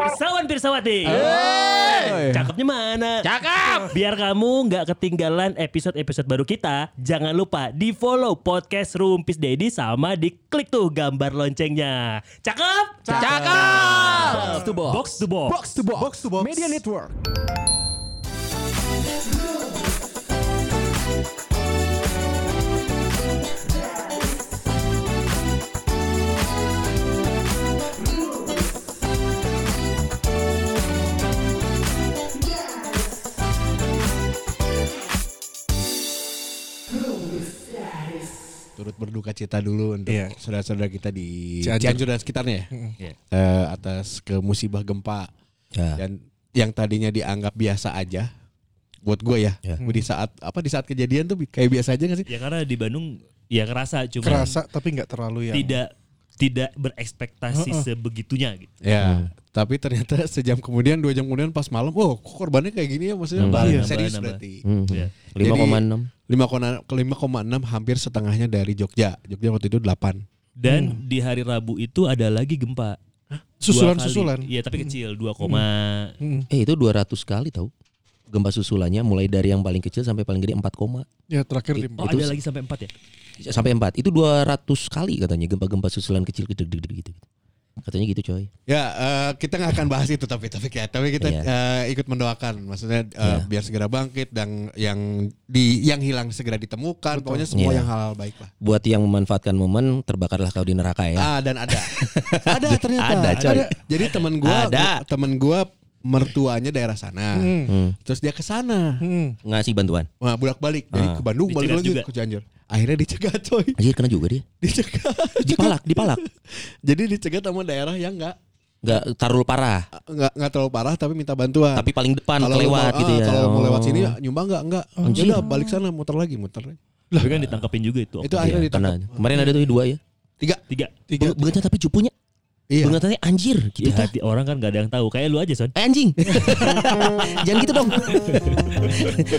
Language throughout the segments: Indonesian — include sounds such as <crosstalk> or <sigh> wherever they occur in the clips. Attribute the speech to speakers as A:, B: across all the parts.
A: Pirsawan Pirsawati.
B: Eh. Hey.
A: Cakepnya mana?
B: Cakep.
A: Biar kamu nggak ketinggalan episode-episode baru kita, jangan lupa di follow podcast Rumpis Dedi sama diklik tuh gambar loncengnya. Cakep?
B: Cakep.
C: Box to box.
A: Box to box.
B: Box to box.
C: Box to box.
B: Media network.
D: turut berduka cita dulu untuk
C: Iya.
D: saudara-saudara kita di
C: Cianjur.
D: Cianjur, dan sekitarnya ya.
A: Iya.
D: Eh, atas ke musibah gempa
C: Ya.
D: dan yang tadinya dianggap biasa aja buat gue ya.
C: Ya.
D: Di saat apa di saat kejadian tuh kayak biasa aja gak sih?
A: Ya karena di Bandung ya kerasa cuma
B: Kerasa ya. tapi nggak terlalu yang.
A: tidak tidak berekspektasi sebegitunya gitu.
D: Ya. Tapi ternyata <laughs> sejam kemudian dua jam kemudian pas malam, oh kok korbannya kayak gini ya maksudnya
C: Nambah,
D: Iya.
A: nambah,
D: serius
A: nambah.
D: berarti.
C: Mhm.
A: Ya.
C: 5,6.
D: 5,6 5,6 hampir setengahnya dari Jogja. Jogja waktu itu 8.
A: Dan di hari Rabu itu ada lagi gempa. Dua kali.
B: Susulan-susulan.
A: Iya, tapi kecil 2, koma
B: Hmm.
C: Eh itu 200 kali tau. Gempa susulannya mulai dari yang paling kecil sampai paling gede 4 koma.
B: Ya terakhir di
A: Oh, ada lagi sampai 4 ya?
C: Sampai 4. Itu 200 kali katanya gempa-gempa susulan kecil gitu, gitu, gitu, gitu. Katanya gitu coy.
D: Ya, eh, kita nggak akan bahas itu tapi tapi ya, tapi kita
C: Iya.
D: eh, ikut mendoakan, maksudnya eh,
C: Iya.
D: biar segera bangkit dan yang di yang hilang segera ditemukan, pokoknya semua
C: Iya.
D: yang halal baik lah.
C: Buat yang memanfaatkan momen terbakarlah kau di neraka ya.
D: Ah dan
C: <laughs>
D: ada, ada ternyata.
C: Ada, coy.
D: Jadi teman gua,
C: Ada.
D: teman gua mertuanya daerah sana,
C: Hmm.
D: terus dia ke sana,
B: Hmm.
C: Ngasih bantuan.
D: nah, bolak balik dari
C: Ah.
D: ke Bandung, balik
A: Dicegat
D: lagi
A: juga.
D: ke Cianjur. Akhirnya dicegat coy, <laughs>
C: Anjir kena juga dia.
D: dicegat.
C: <laughs> Dipalak, dipalak.
D: Jadi dicegat sama daerah yang nggak
C: Gak tarul parah,
D: nggak nggak terlalu parah tapi minta bantuan.
C: tapi paling depan
D: Ah. Kalau
C: kelewat
D: mau-
C: gitu
D: ah,
C: ya.
D: Kalau mau lewat
C: Oh. iya.
D: sini nyumbang nggak nggak.
C: Anjir.
D: Udah balik sana muter lagi muter. lagi.
A: Tapi kan ditangkapin juga itu.
D: Itu
A: Okta.
D: akhirnya
C: Iya,
D: ditangkap.
C: kena. Kemarin ada tuh dua ya.
D: Tiga.
A: tiga.
D: Tiga.
C: Be- Bengatnya tapi cupunya.
D: Iya.
C: Bengatannya anjir Gitu.
A: Ya,
C: kita.
A: hati orang kan gak ada yang tahu. Kayak lu aja, Son.
C: Eh, anjing. Jangan gitu dong.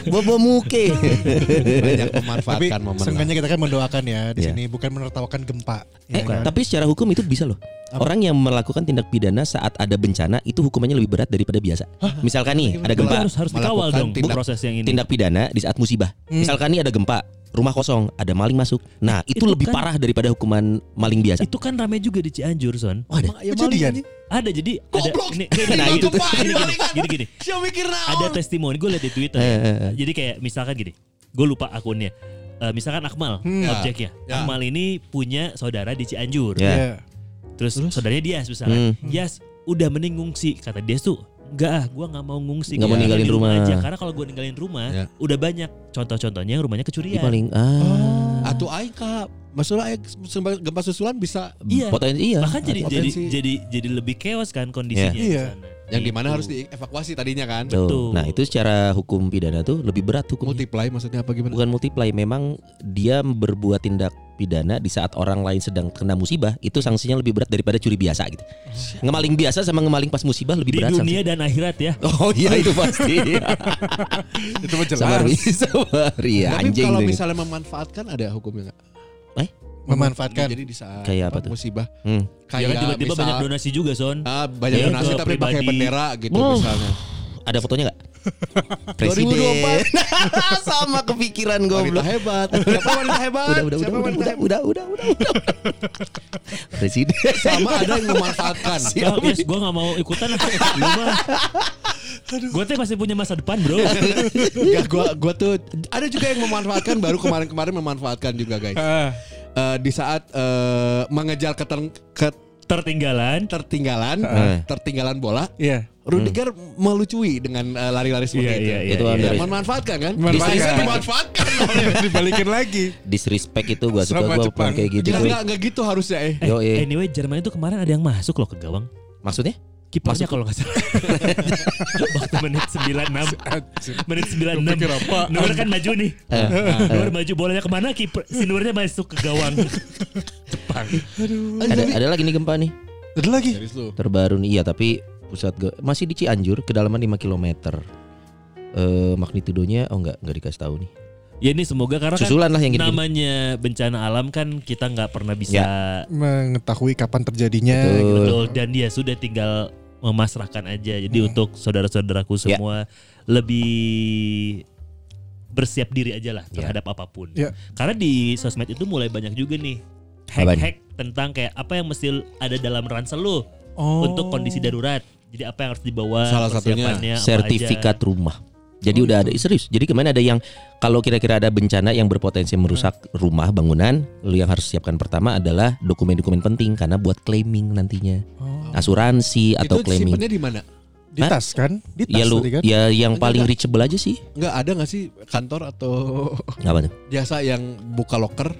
C: Bobo muke.
D: Banyak
B: Tapi
D: memanfaatkan momen.
B: seenggaknya kita kan mendoakan ya di
C: Iya.
B: sini bukan menertawakan gempa.
C: Eh,
B: ya kan?
C: tapi secara hukum itu bisa loh. Orang yang melakukan tindak pidana saat ada bencana itu hukumannya lebih berat daripada biasa. Misalkan nih
A: Kita
C: ada gempa,
A: kan harus harus dikawal
D: Melakukan
A: dong
D: tindak-
A: proses yang ini.
C: tindak pidana di saat musibah. Misalkan nih ada gempa, rumah kosong, ada maling masuk. Nah, itu,
A: Itu
C: lebih
A: kan-
C: parah daripada hukuman maling biasa.
A: Itu kan rame juga di Cianjur, Son.
C: Wah, ada.
B: Kejadian.
D: Ya, maling ini.
A: Ada jadi ada
D: Goblok.
A: ini- gini,
C: Nah,
A: gini,
C: itu
A: gini,
D: tuh.
A: gini, gini, gini, gini.
D: Siapa mikir naon?
A: Ada testimoni gue liat di Twitter. ya. Jadi kayak misalkan gini, gue lupa akunnya. Eh, misalkan Akmal objeknya.
D: Ya.
A: Akmal ini punya saudara di Cianjur.
C: Ya.
B: Iya.
A: Terus, saudaranya Dias misalnya.
C: Hmm.
A: Dias udah mending ngungsi kata Dias tuh. Enggak ah, gue nggak mau ngungsi.
C: Nggak
A: gua
C: mau
A: pengen
C: ninggalin
A: di
C: rumah."
A: aja. Karena kalau gue ninggalin rumah,
D: Ya.
A: udah banyak contoh-contohnya rumahnya
C: Ini
A: kecurian.
C: paling ah.
D: Atau aing ka masalah aing sembang- gempa susulan bisa
A: Iya.
C: Potensi iya.
A: Bahkan jadi jadi
D: Potensi.
A: jadi jadi lebih chaos kan kondisinya
B: Iya.
A: di
B: Iya.
A: sana.
D: yang di mana
A: Gitu.
D: harus dievakuasi tadinya kan.
C: Tuh.
A: Betul.
C: Nah, itu secara hukum pidana tuh lebih berat hukumnya.
D: Multiply maksudnya apa gimana?
C: Bukan multiply, memang dia berbuat tindak pidana di saat orang lain sedang kena musibah, itu sanksinya lebih berat daripada curi biasa gitu. Ngemaling biasa sama ngemaling pas musibah
A: di
C: lebih berat
A: dunia dan akhirat ya.
C: sanksinya. Oh iya itu pasti.
D: Itu mah jelas.
C: sabar, sabar ya
D: Tapi
C: anjing.
D: kalau
C: nih.
D: misalnya memanfaatkan ada hukumnya enggak?
B: Memanfaatkan.
D: Jadi di saat
C: Kan. Kayak apa tuh?
D: musibah
C: Hmm.
A: Ya
D: kayak
A: kan tiba-tiba
D: misal-
A: banyak donasi juga, Son.
D: Ah, banyak
C: Iya,
A: Ya,
D: donasi
A: ke
D: tapi pakai
A: pribadi.
D: bendera gitu
C: Oh.
D: misalnya.
C: Ada fotonya nggak? <laughs> Presiden. sama kepikiran
D: Wanita
C: goblok.
D: hebat. Siapa wanita hebat?
C: Udah udah udah
D: Siapa
C: udah
D: wanita
C: udah
D: hebat?
C: udah udah udah. Presiden.
D: Sama ada yang memanfaatkan.
A: Ya, guys, gue gak mau ikutan lah. Lu mah. Gue tuh masih punya masa depan bro
D: Gak, Ya, gua, gua tuh ada juga yang memanfaatkan baru kemarin-kemarin memanfaatkan juga guys.
B: Ah.
D: Eh, di saat eh, mengejar keteng-
A: Tertinggalan
D: ketertinggalan, eh, tertinggalan bola,
B: Iya.
D: Rudiger melucui dengan eh, lari-lari seperti
A: Iya,
D: itu.
A: iya, iya,
C: Itu iya. under-
D: memanfaatkan kan?
B: Memanfaatkan.
D: Bisa dimanfaatkan.
B: Iya, Dibalikin lagi.
C: Disrespect itu gua suka
B: Sama
C: gua
B: Jepang.
C: bukan kayak gitu.
D: Jangan
C: cuy.
D: nggak nggak gitu harusnya eh.
A: eh,
C: Yo, eh.
A: Anyway Jerman itu kemarin ada yang masuk loh ke gawang
C: Maksudnya?
A: Kipernya kalau gak salah Waktu menit 96 Menit 96
B: Pikir apa?
A: Nur kan maju nih
C: Eh,
A: Nur maju bolanya kemana kiper Si Nurnya masuk ke gawang
C: Eh, ada ada lagi nih gempa nih
B: Ada lagi.
D: Serius lu.
C: terbaru nih iya tapi pusat ge- masih di Cianjur kedalaman 5 km. Eh magnitudonya oh enggak enggak dikasih tahu nih.
A: Ya ini semoga karena kan
C: Susulan lah yang gini-gini.
A: namanya bencana alam kan kita nggak pernah bisa Iya,
B: mengetahui kapan terjadinya
C: Betul. Hmm.
B: gitu.
A: Betul. Dan dia sudah tinggal memasrahkan aja. Jadi untuk saudara-saudaraku
C: Ya.
A: semua lebih bersiap diri aja lah
C: Ya.
A: terhadap apapun.
B: Ya.
A: Karena di sosmed itu mulai banyak juga nih
C: Apaan?
A: hack-hack tentang kayak apa yang mesti ada dalam ransel lu
B: Oh.
A: untuk kondisi darurat. Jadi apa yang harus dibawa
D: Salah satunya
A: persiapannya, apa aja. Oh, iya.
C: sertifikat rumah. Jadi udah ada serius. Jadi kemarin ada yang kalau kira-kira ada bencana yang berpotensi merusak
A: Hmm.
C: rumah bangunan, lu yang harus siapkan pertama adalah dokumen-dokumen penting karena buat claiming nantinya.
A: Oh.
C: Asuransi atau
D: itu
C: claiming.
D: simpennya di mana?
B: Di tas kan? Di tas
C: Ya lu
B: tadi kan?
C: ya yang
D: Enggak,
C: paling
D: enggak.
C: reachable aja sih.
D: Enggak ada nggak sih kantor atau <laughs>
C: Apa tuh?
D: jasa yang buka loker?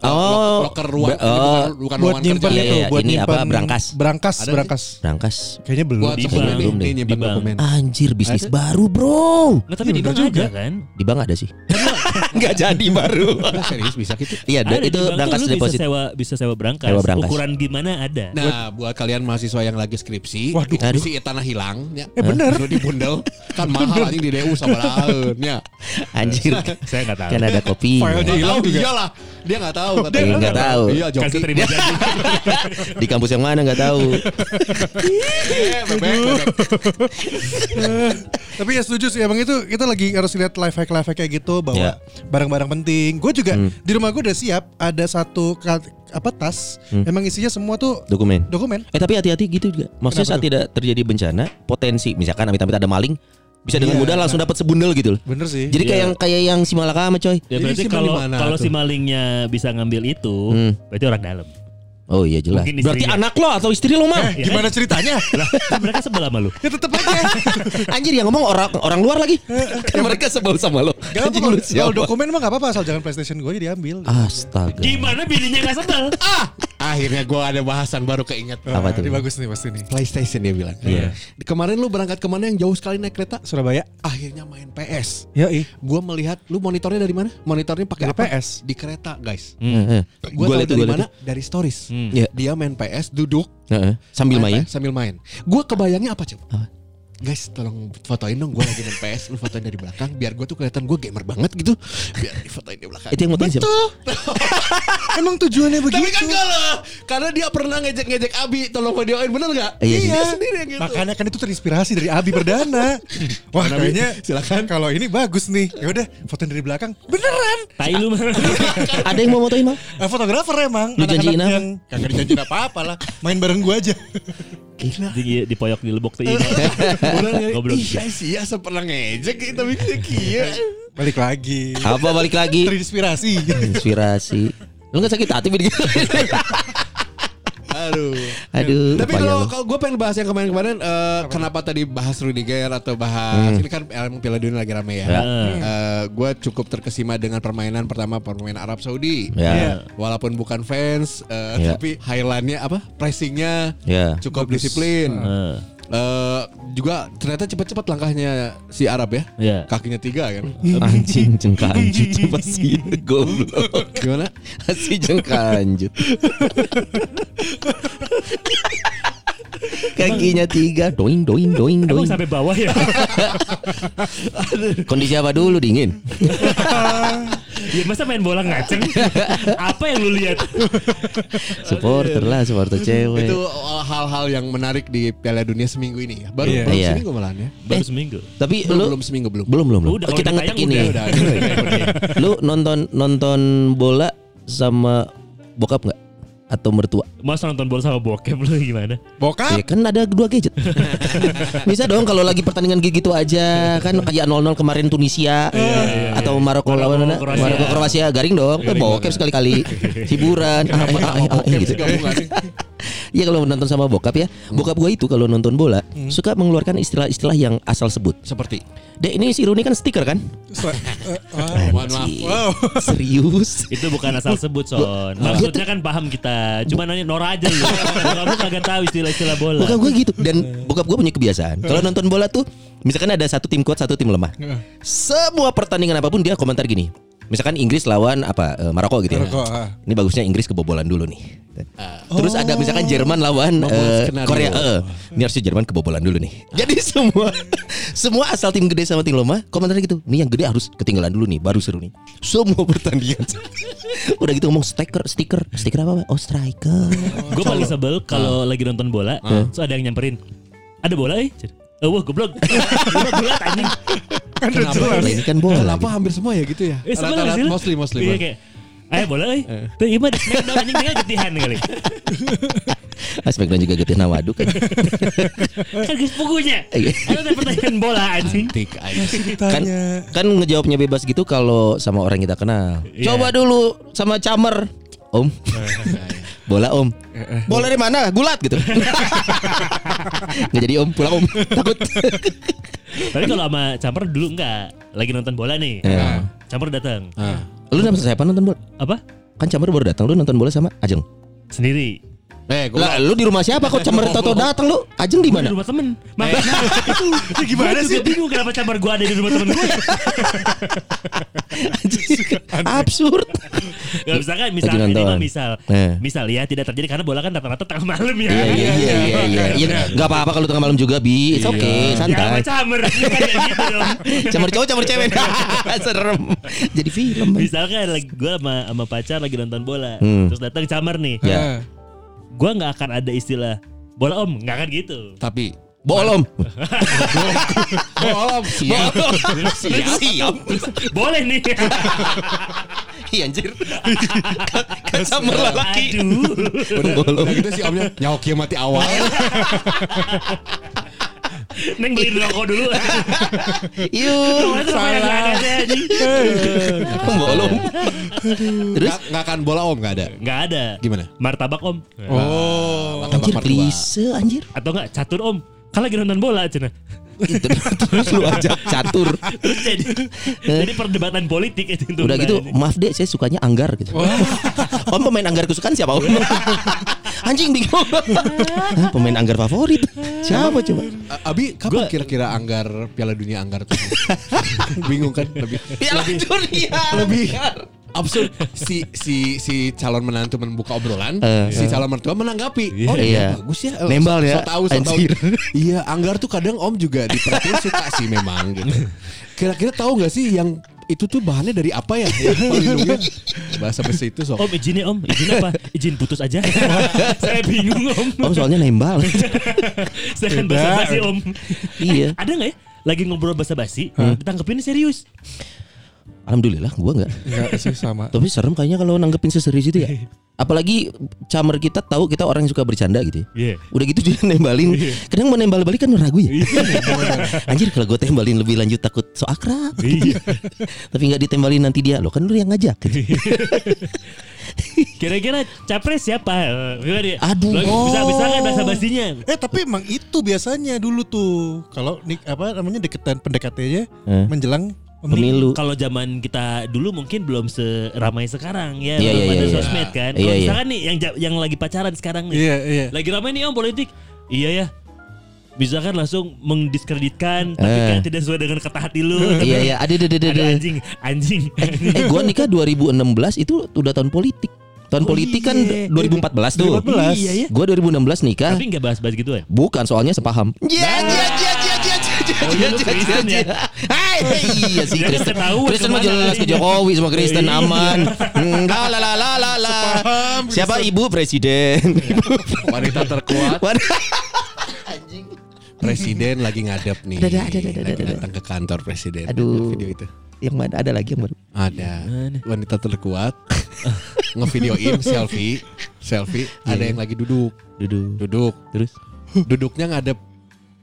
C: Oh.
D: loker ruang
C: Ba- oh.
D: bukan, bukan
B: buat
D: ruangan
B: nyimpen ya?
D: kerja.
C: Iya,
B: itu,
C: iya,
B: buat
C: ini apa,
B: nyimpen
C: berangkas.
B: Berangkas,
D: Ada
B: berangkas.
C: Berangkas.
B: Kayaknya belum.
D: Buat
A: Di
D: semua
A: bank.
D: nih, nih nyimpen
A: Di bank.
D: dokumen.
C: Anjir bisnis
D: Ada.
C: baru, Bro.
A: Nggak, Nah, tapi di
B: Bener
A: bank
B: Hmm, juga.
A: ada kan?
C: Di bank ada sih. Enggak jadi
B: <laughs>
C: baru.
D: Nah, serius bisa gitu.
C: Iya,
A: Ada, di
C: da- itu
A: bank tuh
C: berangkas
A: lu
C: deposit.
A: Bisa sewa, bisa sewa berangkas.
C: Sewa berangkas.
A: Ukuran gimana ada.
D: Nah, buat kalian mahasiswa yang lagi skripsi,
B: Waduh.
D: skripsi tanah hilang, ya.
B: Eh, bener.
D: Lu di bundel, kan mahal anjing di DU sabaraheun,
C: <laughs>
D: ya.
C: Anjir.
A: Saya nggak tahu.
C: Kan ada kopi.
B: Filenya hilang
D: Tahu
B: juga.
D: iyalah. Dia enggak tahu
C: Dia
D: katanya.
C: nggak tahu.
D: Iya,
A: Kan
D: joki.
A: keterima janji.
C: Di kampus yang mana nggak tahu.
D: Eh, bebek, bebek.
B: <laughs> Tapi ya setuju sih emang itu kita lagi harus lihat life hack life hack kayak gitu bahwa
C: Ya.
B: barang-barang penting. Gue juga
C: Hmm.
B: di rumah gue udah siap ada satu ka- apa tas
C: Hmm.
B: emang isinya semua tuh
C: Dokumen.
B: dokumen.
C: Eh tapi hati-hati gitu juga. Maksudnya
B: Kenapa
C: saat
B: tuh?
C: tidak terjadi bencana, potensi misalkan amit-amit ada maling bisa dengan mudah langsung dapat sebundel gitu loh.
B: Bener sih.
C: Jadi kayak yang kayak yang si Malakama coy.
A: Ya
D: Jadi
A: berarti
D: simpen
A: kalau
D: di mana
A: kalau
D: tuh?
A: si malingnya bisa ngambil itu,
C: Hmm.
A: berarti orang dalam.
C: Oh iya jelas.
A: Mungkin
C: Berarti
A: istrinya.
C: anak lo atau istri lo mal.
A: Ya
B: Gimana ceritanya?
A: Lah, kan mereka sebelah sama lu.
B: ya tetep aja.
C: <laughs> Anjir yang ngomong orang orang luar lagi. kan mereka sebel sama lo.
B: Gak apa
C: Anjing lu
B: kalau
C: siapa? Ah.
B: dokumen mah gak apa-apa asal jangan PlayStation gue diambil.
C: Astaga.
A: Gimana bininya gak sebel?
D: Ah, akhirnya gua ada bahasan baru keinget.
B: Nah,
C: Apa tuh?
B: Ini bagus nih pasti nih.
D: PlayStation dia bilang.
C: Iya.
D: Kemarin lu berangkat kemana yang jauh sekali naik kereta?
B: Surabaya.
D: Akhirnya main PS.
B: Yoi.
D: Gua melihat lu monitornya dari mana? Monitornya pakai
B: Dari
D: apa?
B: PS.
D: Di kereta, guys.
C: Heeh.
D: Gua
C: Gua
D: tahu
C: liat tuh,
D: dari
C: gua liat
D: mana?
C: tuh.
D: Dari stories.
A: Hmm.
C: Iya.
D: Dia main PS duduk
C: Heeh. Sambil main.
D: PS, sambil main. Gua kebayangnya apa coba?
C: Apa?
D: Guys, tolong fotoin dong gua lagi main PS, lu fotoin dari belakang biar gua tuh kelihatan gua gamer banget gitu. Biar difotoin di belakang.
C: Itu yang motoin siapa?
B: Emang tujuannya
D: Tapi
C: gitu.
D: kan
B: begitu.
D: enggak lah. Karena dia pernah ngejek-ngejek Abi, tolong videoin bener enggak?
C: Iya sih.
D: Dia sendiri yang
C: <laughs>
D: gitu.
B: Makanya kan itu terinspirasi dari Abi
D: <laughs>
B: Perdana. Wah, kayaknya silakan. Kalau ini bagus nih. Ya udah, foto dari belakang. Beneran.
A: Tai lu.
C: Ada yang mau motoin mal?
B: Eh, fotografer emang
C: Lu janjiin apa?
B: yang kagak dijanjiin apa-apa lah main bareng gua
D: <laughs>
B: aja
A: Di, di poyok di lebok tuh ini.
D: Orang yang,
A: Goblok.
D: Ih, guys, iya saya pernah ngejek gitu tapi dia kia.
B: balik lagi
C: Apa balik lagi?
B: terinspirasi
C: Inspirasi. Lu nggak sakit hati begitu?
D: Aduh.
C: Aduh. ya
D: Tapi
C: payah
D: kalau
C: lu.
D: kalau gue pengen bahas yang kemarin-kemarin eh, kenapa tadi bahas Rudiger atau bahas ini kan emang Piala Dunia lagi rame ya.
C: Hmm. Ya.
D: gue cukup terkesima dengan permainan pertama permainan Arab Saudi.
C: Ya.
B: Iya.
D: Walaupun bukan fans, eh,
C: Ya.
D: tapi highlandnya apa pressingnya
C: Ya.
B: Bagus.
D: cukup
B: Hmm.
D: disiplin.
A: Heeh.
D: Eh, juga ternyata cepat-cepat langkahnya si Arab ya.
A: Iya.
D: Kakinya tiga kan.
C: <laughs> Anjing
A: <laughs>
C: jengkanjut coba sih goblok.
D: Gimana?
C: Si
A: <laughs>
C: jengkanjut. Kakinya tiga, doing doing doing
A: Emang
C: doing.
A: sampai bawah <laughs> ya?
C: Kondisi apa dulu
A: <laughs>
C: dingin?
A: ya masa main bola ngaceng? Apa yang lu lihat? Iya, Eh,
C: Supporter lah, supporter
D: Itu eh,
C: cewek.
D: hal-hal yang menarik di Piala Dunia seminggu ini ya. Baru
B: Iya.
D: baru
C: Iya.
D: seminggu malahan ya.
A: Baru seminggu.
C: Tapi
D: Belum,
C: lu
D: belum seminggu belum.
C: belum belum belum.
A: Udah,
C: Oh,
A: kalau
C: Kita
A: ditayang
C: ngetek ini.
A: udah,
C: <laughs> Lu nonton nonton bola sama bokap nggak? Atau mertua?
A: Mas nonton bola sama bokep lu gimana?
D: Ah.
C: Ya
B: bokap
C: kan ada dua gadget. Bisa dong kalau lagi pertandingan kayak gitu aja kan kayak 0-0 kemarin Tunisia atau
A: Maroko,
C: Maroko lawan mana?
A: Kroasia.
C: Maroko Kroasia garing dong. Eh, bokep sekali-kali. Hiburan. Ah, eh, ah, eh, ah, eh, gitu.
D: Gabungan.
C: <laughs> Iya kalau nonton sama bokap ya. Bokap gua itu kalau nonton bola suka mengeluarkan istilah-istilah yang asal sebut.
D: Seperti.
C: Dek ini si Rooney kan stiker kan?
B: So-
D: <laughs>
B: eh, ah,
D: Mohon maaf.
C: Anjing.
B: Wow.
C: Serius.
A: <laughs> Itu bukan asal sebut Son. Maksudnya kan paham kita. Cuma nanya Nora aja lu. Bokap lu kagak tahu istilah-istilah bola.
C: Bokap gue gitu dan bokap gue punya kebiasaan.
B: Eh.
C: Kalau nonton bola tuh misalkan ada satu tim kuat, satu tim lemah. Semua pertandingan apapun dia komentar gini. Misalkan Inggris lawan apa eh, Maroko gitu
B: Maroko,
C: ya.
B: ah. Oh.
C: Ini bagusnya Inggris kebobolan dulu nih. Terus ada misalkan Jerman lawan
D: Membuat
C: eh,
D: skenario.
C: Korea. eh, ini harusnya Jerman kebobolan dulu nih.
B: Ah.
C: Jadi semua <laughs> semua asal tim gede sama tim lemah komentarnya gitu. Nih yang gede harus ketinggalan dulu nih baru seru nih. Semua pertandingan. <laughs> Udah gitu ngomong stiker, stiker, stiker apa? Pak? Oh, striker.
B: <laughs>
A: Gue paling sebel kalau lagi nonton bola, terus ada yang nyamperin. Ada bola, eh? Eh, wah goblok. <laughs> Goblok, goblok, anjing.
B: Kan udah
C: Lah,
B: jelas.
C: ini kan bola.
D: Kenapa
C: gitu.
D: hampir semua ya gitu ya?
A: Eh, sebel nggak
D: Alat-alat
A: sih lu?
D: mostly mostly.
A: Iya kayak, ayo bola, eh? Tuh, iya mah di smackdown anjing tinggal jetihan kali.
C: Aspek dan juga getih nama aduk kan.
A: Kan guys pukunya.
C: Iya.
A: Ada pertanyaan bola anjing.
D: Tik anjing.
C: kan
B: Tanya.
C: kan ngejawabnya bebas gitu kalau sama orang kita kenal.
A: Iya.
C: Coba dulu sama Camer. Om. Bola Om. Bola dari mana? Gulat gitu. Nggak jadi Om, pulang Om. Takut.
A: Tapi kalau sama Camper dulu enggak lagi nonton bola nih. Nah,
C: Iya.
A: Camper datang.
C: lu nonton siapa nonton bola?
A: Apa?
C: Kan Camer baru datang lu nonton bola sama Ajeng.
A: Sendiri.
D: Eh, gua
C: Lah, lu di rumah siapa kok Camer tato datang lu? Ajeng di
A: Gua Di
C: mana?
A: rumah temen. Makanya itu, itu
B: gimana
A: gua juga
B: sih?
A: bingung kenapa Camper gua ada di rumah temen gue.
C: <laughs> Absurd.
A: Gak bisa kan misal
C: Lagi
A: ini
C: nonton.
A: mah misal.
C: Eh.
A: Misal ya tidak terjadi karena bola kan rata-rata tengah malam ya.
C: Iya iya iya iya. iya.
B: Iya.
C: Ya, Nggak apa-apa kalau tengah malam juga, Bi. It's okay,
A: Ya sama
C: santai. <laughs>
A: Camper. Iya, kayak gitu dong.
C: Camer cowok, camer cewek. <laughs> Serem. Jadi film. Bang.
A: Misalkan lagi gue sama, sama pacar lagi nonton bola,
C: Hmm.
A: terus datang Camper nih.
C: Ya.
B: Ah.
A: Gua nggak akan ada istilah bola om, nggak akan gitu.
D: tapi
C: Bolom.
D: belum siap.
C: Iya. Siap. Siap.
A: Boleh
C: <laughs>
A: nih.
C: Iya anjir. Kacamar lelaki.
A: Aduh.
C: Bolom.
D: Nah, gitu si omnya nyaoknya mati awal.
A: Neng beliin rokok
C: <laughs>
A: dulu.
C: Yuk.
A: Kemarin sama yang nggak ada deh, anjing.
C: Bolom. Terus
D: <laughs> Terus enggak akan bola om enggak ada.
A: Nggak ada.
D: Gimana?
A: Martabak om.
D: Oh,
C: anjir klise anjir.
A: Atau nggak catur om. Kalau lagi nonton bola cina. <laughs>
C: Gitu. Terus lu ajak catur.
A: Terus jadi jadi perdebatan politik itu.
C: Eh. Udah gitu, maaf deh saya sukanya anggar gitu. Om pemain anggar kesukaan siapa <laughs> om? Anjing bingung. Hah, pemain anggar favorit. Siapa coba?
D: Abi kapan kira-kira anggar Piala Dunia anggar <laughs> tuh? Bingung kan lebih
C: Piala dunia.
D: lebih absurd si si si calon menantu membuka obrolan
C: Eh.
D: si calon mertua menanggapi oh iya
C: Iya.
D: bagus ya Eh,
C: Nembal ya,
D: so tahu so tahu
C: anjir.
D: iya anggar tuh kadang om juga diperhatiin suka sih memang gitu kira-kira tahu nggak sih yang itu tuh bahannya dari apa ya Yang pelindungnya bahasa besi itu so
A: Om izinnya om, izin apa? Izin putus
C: <laughs>
A: aja. Saya bingung om.
C: Om soalnya <laughs> nembal.
A: Saya kan bahasa basi om.
C: Iya.
A: Ada nggak ya? Lagi ngobrol bahasa basi, ditanggepinnya serius.
C: Alhamdulillah gua enggak.
D: Iya,
B: Enggak sih sama.
C: Tapi serem kayaknya kalau nanggepin seserius itu ya. Apalagi camer kita tahu kita orang yang suka bercanda gitu ya.
A: Iya.
C: Udah gitu dia <laughs> nembalin. Kadang mau nembal balik kan ragu ya. <laughs> Anjir kalau gue tembalin lebih lanjut takut so akrab. <laughs> Tapi nggak ditembalin nanti dia. Loh kan lu yang ngajak. gitu.
A: Kira-kira capres siapa? Eh, Gimana dia?
C: Aduh.
A: bisa bisa kan bahasa basinya?
B: Eh tapi emang itu biasanya dulu tuh kalau nik apa namanya deketan pendekatannya
C: Eh.
B: menjelang pemilu.
C: Pemilu.
A: Kalau zaman kita dulu mungkin belum seramai sekarang ya,
C: Iya,
A: belum
C: iya,
A: ada
C: iya.
A: sosmed kan.
C: Iya,
A: Kalau
C: iya.
A: misalkan nih yang ja- yang lagi pacaran sekarang nih,
B: Iya iya.
A: lagi ramai nih om politik. Iya ya. Bisa kan langsung mendiskreditkan tapi
C: Eh.
A: kan tidak sesuai dengan kata hati lu.
C: <laughs> Iya iya ada ada ada ada.
A: Ada anjing, anjing.
C: Eh gue nikah 2016 itu udah tahun politik. Tahun politik kan
B: iya.
C: 2014 tuh.
B: 2014.
A: Iya, iya.
C: Gue 2016 nikah.
A: Tapi nggak bahas-bahas gitu ya.
C: Bukan soalnya sepaham. Iya iya iya iya iya
A: Oh, iya, lu Kristen ya?
C: Hai, hey, iya sih
A: Jangan
C: Kristen.
A: ketahuan
C: Kristen mah
A: kemana
C: jelas ke
A: larinya.
C: Jokowi sama Kristen
A: Iya.
C: aman. Enggak la la la la la.
B: Sepaham,
C: Siapa ibu presiden?
D: wanita
A: Iya,
D: terkuat
C: <laughs> Waduh.
D: presiden lagi ngadep nih
C: Ada, ada, ada, ada, ada,
D: Lagi
C: ada.
D: datang ke kantor presiden
C: Aduh.
D: video itu
C: Yang mana ada lagi yang baru?
D: ada wanita terkuat <laughs> ngevideoin selfie selfie ada yang lagi duduk
C: Iya. Duduk.
D: duduk
C: Terus?
D: duduknya ngadep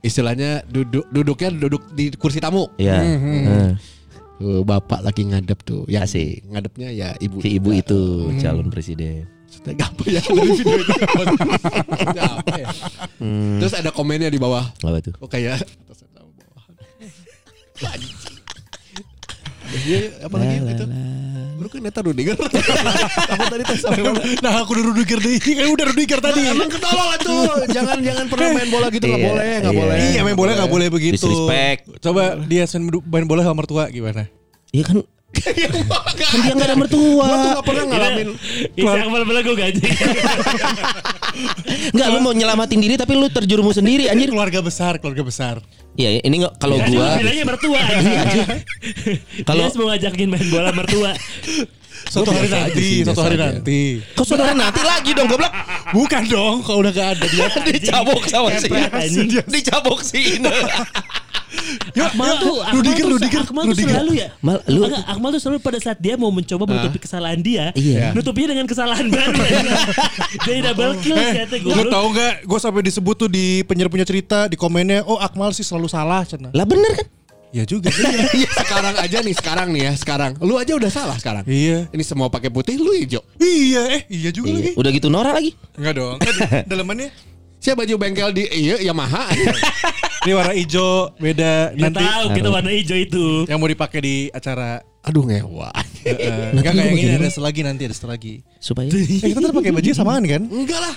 D: istilahnya duduk duduknya duduk di kursi tamu
C: Ya.
A: Hmm,
C: eh,
D: Tuh, bapak lagi ngadep tuh yang
C: Asik.
D: ngadepnya ya ibu
C: Si ibu itu
A: Hmm.
C: calon presiden.
D: Maksudnya <laughs> apa ya dari video
C: <laughs>
D: itu Maksudnya apa ya?
C: Hmm.
D: terus ada komennya di bawah
C: Apa tuh?
D: kok kayak atas sama bawahan Anjing. Iya, apa lagi itu? Lu kan neta Rudiger. Apa tadi tes sampai <laughs> mana?
B: Nah aku udah rudiger deh. Eh udah rudiger tadi.
D: Emang ketolol itu. Jangan jangan
B: Kan
D: pernah main bola gitu nggak
C: Iya,
D: boleh, nggak
C: iya.
D: boleh.
B: Iya main bola nggak boleh begitu.
C: Disrespect.
B: Coba dia main main bola sama mertua gimana?
C: Iya kan Kan dia nggak ada mertua.
D: Gua tuh gak
B: Iya.
D: pernah ngalamin
A: Ini yang berbelagu gaji.
C: Nggak lu mau nyelamatin diri tapi lu terjerumus sendiri
B: Ini
C: anjir.
B: keluarga besar, keluarga besar.
C: Ya ini nggak- kalau
A: Tadi
C: gua
A: bilangnya mertua anjing.
C: Kalau-
A: Kalau mau ngajakin main bola mertua.
B: Suatu hari
D: biasa aja
B: nanti,
D: sih,
B: suatu
D: biasa
B: hari
D: aja.
B: nanti.
C: Kok saudara nanti lagi dong goblok
B: Bukan dong, kalau udah gak ada dia.
C: <laughs> Dicabok sama si
A: Kepret, anjing.
C: Dicabok si Ine
B: Yuk,
A: Akmal
B: yuk,
A: tuh, Akmal
B: Ya, Rudiger,
A: tuh,
B: Rudiger,
A: Akmal tuh
B: Rudiger.
A: selalu ya.
C: Mal, lu-
A: Enggak, Akmal tuh selalu pada saat dia mau mencoba menutupi kesalahan dia,
C: Iya.
A: nutupnya dengan kesalahan baru. Jadi double kill sih
B: Eh, gue tau gak, gue sampai disebut tuh di penyiar punya cerita, di komennya, oh Akmal sih selalu salah. Cena.
C: <laughs> Lah bener kan
B: Ya juga.
D: Iya sekarang aja nih sekarang nih ya sekarang. Lu aja udah salah sekarang.
B: <laughs> Iya.
D: Ini semua pakai putih lu hijau.
B: iya, eh iya juga
C: Iya.
B: lagi.
C: Udah gitu Nora lagi
B: Enggak dong,
D: <laughs>
B: kan dalemannya.
D: Siapa baju bengkel di iya <laughs> Yamaha.
B: Ini warna hijau, beda.
A: Gak
B: Nanti
A: tahu kita warna hijau itu.
B: yang mau dipakai di acara
D: Aduh ngewa.
B: Heeh.
C: Nah,
B: Enggak
C: tapi
B: kayak
C: gua
B: gini
C: jadi-
B: ada selagi nanti ada selagi.
C: Supaya
B: Ya, kita tetap pakai bajunya samaan kan?
D: Enggak lah.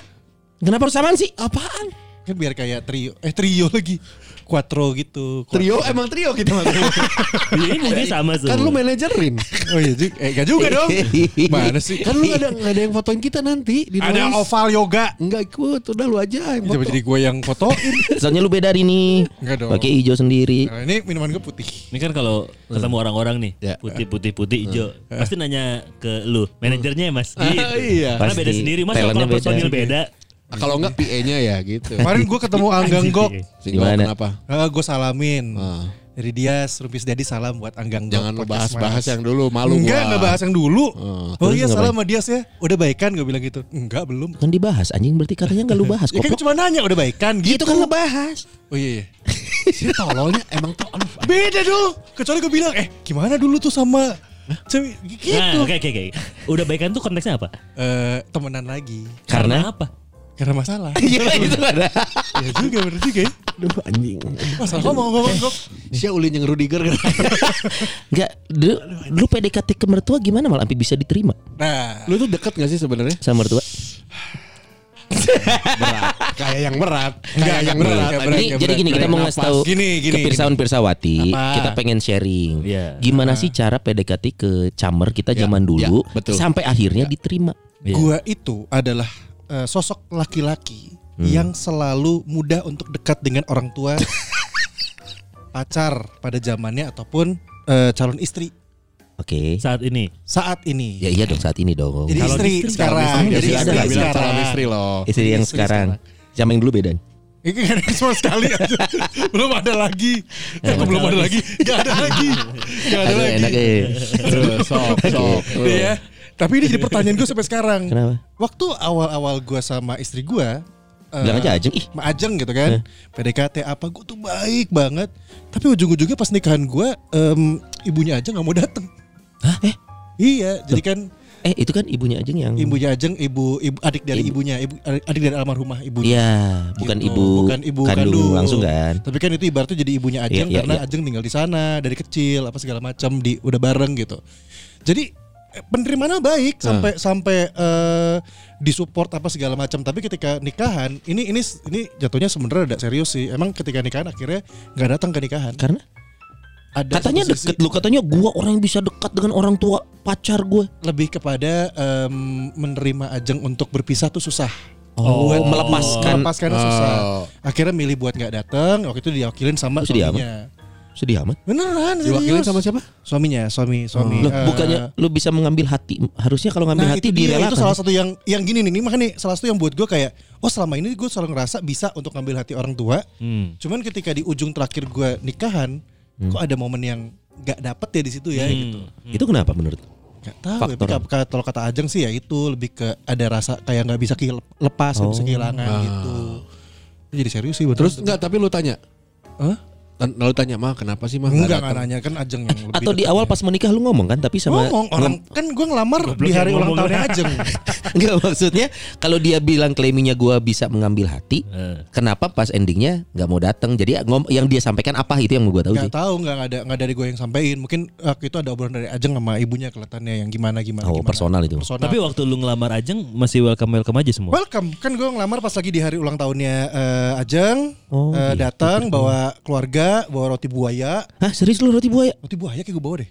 C: Kenapa harus samaan <laughs> sih
D: Apaan?
B: <laughs> Kan biar kayak trio. Eh trio lagi. Quattro gitu.
D: Trio emang trio kita mah.
A: Iya, Ini mungkin sama sih.
D: kan lu manajerin.
B: <laughs> Oh iya, Ji. eh enggak juga dong. Mana sih?
D: Kan lu nggak ada nggak ada yang fotoin kita nanti di
B: Ada
D: noise.
B: oval yoga.
D: Enggak ikut, udah lu aja yang
B: Coba
D: foto.
B: jadi gue yang foto.
C: Soalnya lu beda hari ini
B: Enggak dong.
C: Pakai hijau sendiri
B: Nah, ini minuman gue putih.
A: Ini kan kalau ketemu orang-orang nih
D: Ya.
A: putih putih putih hijau pasti nanya ke lu manajernya ya mas.
D: Ah, iya.
A: Karena beda
C: Pasti.
A: sendiri mas kalau
C: Talentnya beda.
A: personil beda.
D: Nah, Kalau enggak PA-nya ya gitu.
B: Kemarin gue ketemu Anggang Gok.
D: Si Gok
C: Gimana?
D: kenapa?
B: Eh, gue salamin.
D: Ah.
B: Dari dia, Rupis Dedi salam buat Anggang Gok.
D: Jangan lu
B: Podcast
D: bahas-bahas
B: Mas.
D: yang dulu, malu
B: Enggak,
D: gua.
B: enggak
D: <laughs>
B: bahas yang dulu. oh
C: terus
B: iya,
C: ngapain?
B: salam sama dia sih. Udah baikan gue bilang gitu. Enggak, belum.
C: Kan dibahas anjing berarti katanya nggak lu <laughs> bahas
B: Ya kan
C: Goblok
B: cuma nanya udah baikan gitu.
C: Itu kan ngebahas
B: Oh iya, iya.
D: Si tololnya emang tuh aduh.
B: Beda dong. Kecuali gue bilang, eh gimana dulu tuh sama cewek gitu.
A: Nah, oke oke oke. Udah baikan tuh konteksnya apa?
B: Eh, temenan lagi
C: Karena
A: apa?
B: karena masalah.
C: <laughs> Iya itu ada Iya.
B: ya juga bener juga ya.
C: Aduh anjing
B: Masalah ngomong ngomong ngomong.
D: Si Ulin yang <laughs> Rudiger.
C: Enggak Lu, lu PDKT ke mertua gimana malah sampai bisa diterima
B: Nah,
D: lu tuh deket gak sih sebenarnya?
C: sama mertua
D: Kayak yang berat.
B: Enggak,
D: Kayak yang
B: enggak berat.
D: berat.
C: Jadi,
B: ya,
C: jadi
B: berat,
C: gini kita
B: berat.
C: mau ngasih tahu
B: Gini, gini,
C: ke pirsawan pirsawati
B: Apa?
C: kita pengen sharing
A: Iya.
C: gimana
B: Nah.
C: sih cara PDKT ke camer kita
B: Iya.
D: Ya,
C: zaman dulu
D: ya, betul.
C: sampai akhirnya diterima.
B: gua itu adalah eh, sosok laki-laki
C: Hmm.
B: yang selalu mudah untuk dekat dengan orang
C: <laughs>
B: tua pacar pada zamannya ataupun eh, calon istri
C: Oke.
A: Saat ini.
B: saat ini.
C: Ya iya dong saat ini
B: Iya,
C: dong.
B: Jadi
A: Calon
B: istri,
A: istri,
B: sekarang,
C: calon istri.
B: jadi
C: Iya,
B: istri
C: ada lah,
B: sekarang.
D: calon istri loh.
C: istri yang
B: istri
C: sekarang. Zaman yang dulu beda.
B: Ini gak ada sama sekali
C: <laughs>
B: aja. Belum ada lagi Kok belum ada lagi Gak ada lagi Gak ada
C: Aduh,
B: lagi
C: enak eh.
D: Terus, sok, sok.
B: Iya ya. Tapi ini jadi pertanyaan gue sampai sekarang
C: Kenapa?
B: Waktu awal-awal gue sama istri gue eh,
C: Bilang aja Eh. ajeng ih.
B: Ma Ajeng gitu kan PDKT apa Gue tuh baik banget Tapi ujung-ujungnya pas nikahan gue em, Ibunya Ajeng gak mau dateng
C: Hah? Eh,
B: Iya Jadi kan
C: eh itu kan ibunya ajeng yang
B: Ibunya Ajeng ibu, ibu adik dari
C: Ibu.
B: ibunya ibu, Adik dari almarhumah ibunya
C: Iya, bukan
B: Gitu.
C: ibu,
B: bukan ibu
C: kandung,
B: kandung,
C: langsung kan.
B: Tapi kan itu ibaratnya jadi ibunya Ajeng
C: Iya, iya,
B: karena
C: iya.
B: Ajeng tinggal di sana dari kecil apa segala macam di udah bareng gitu. Jadi eh, penerimaannya
C: Hmm.
B: baik sampai sampai eh, disupport apa segala macam. Tapi ketika nikahan ini ini ini jatuhnya sebenarnya ada serius sih. Emang ketika nikahan akhirnya nggak datang ke nikahan.
C: Karena
B: Ada
C: katanya
B: satu sisi
C: deket lu, katanya gua orang yang bisa dekat dengan orang tua pacar gua.
B: lebih kepada em, menerima Ajeng untuk berpisah tuh susah.
C: Oh,
B: Buat-
C: melepaskan.
B: melepaskannya susah. Akhirnya milih buat nggak datang. Waktu itu diwakilin sama
C: Terus dia apa?
B: suaminya.
C: Sedih amat.
B: Beneran
D: Diwakilin
B: serius.
D: sama siapa?
B: suaminya suami suami
C: Oh. Loh,
B: eh,
C: bukannya lu bisa mengambil hati harusnya kalau ngambil
B: nah
C: hati
B: itu dia
C: direlakan
B: itu salah satu yang yang gini nih ini makanya nih, salah satu yang buat gue kayak oh selama ini gue selalu ngerasa bisa untuk ngambil hati orang tua
A: Hmm.
B: cuman ketika di ujung terakhir gue nikahan
C: Hmm.
B: kok ada momen yang gak dapet ya di situ ya gitu
C: itu kenapa menurut lu?
B: Gak tahu ya, tapi ka-
C: Faktor.
B: ka- kalau kata Ajeng sih ya itu lebih ke ada rasa kayak nggak bisa kehil- lepas nggak bisa kehilangan gitu Ini jadi serius sih bener.
D: Terus enggak tapi lu tanya.
B: Hah?
D: Tan- Lalu tanya mah kenapa sih mah
B: enggak
D: nggak
B: nggak
D: datang?"
B: nanya kan Ajeng yang lebih
C: atau di
B: dekat.
C: awal pas menikah lu ngomong <laughs> kan tapi sama
B: ngomong orang kan gue ngelamar di
A: yang
B: hari ulang
A: ngomong.
B: tahunnya
C: <laughs>
B: Ajeng
C: Enggak maksudnya kalau dia bilang claimingnya gua bisa mengambil hati, kenapa pas endingnya nggak mau datang? Jadi ya ngom yang dia sampaikan apa itu yang mau gua tahu sih.
B: Gak tahu nggak nggak ada nggak dari gue yang sampein. Mungkin waktu itu ada obrolan dari Ajeng sama ibunya kelihatannya yang gimana gimana.
C: Oh,
B: gimana.
C: personal itu.
B: Personal.
A: Tapi waktu lu ngelamar Ajeng masih welcome welcome aja semua.
B: welcome kan gue ngelamar pas lagi di hari ulang tahunnya eh, Ajeng
C: Oh,
B: eh,
C: gitu.
B: datang bawa keluarga bawa roti buaya
C: Hah serius lu roti buaya?
B: roti buaya kayak gue bawa deh.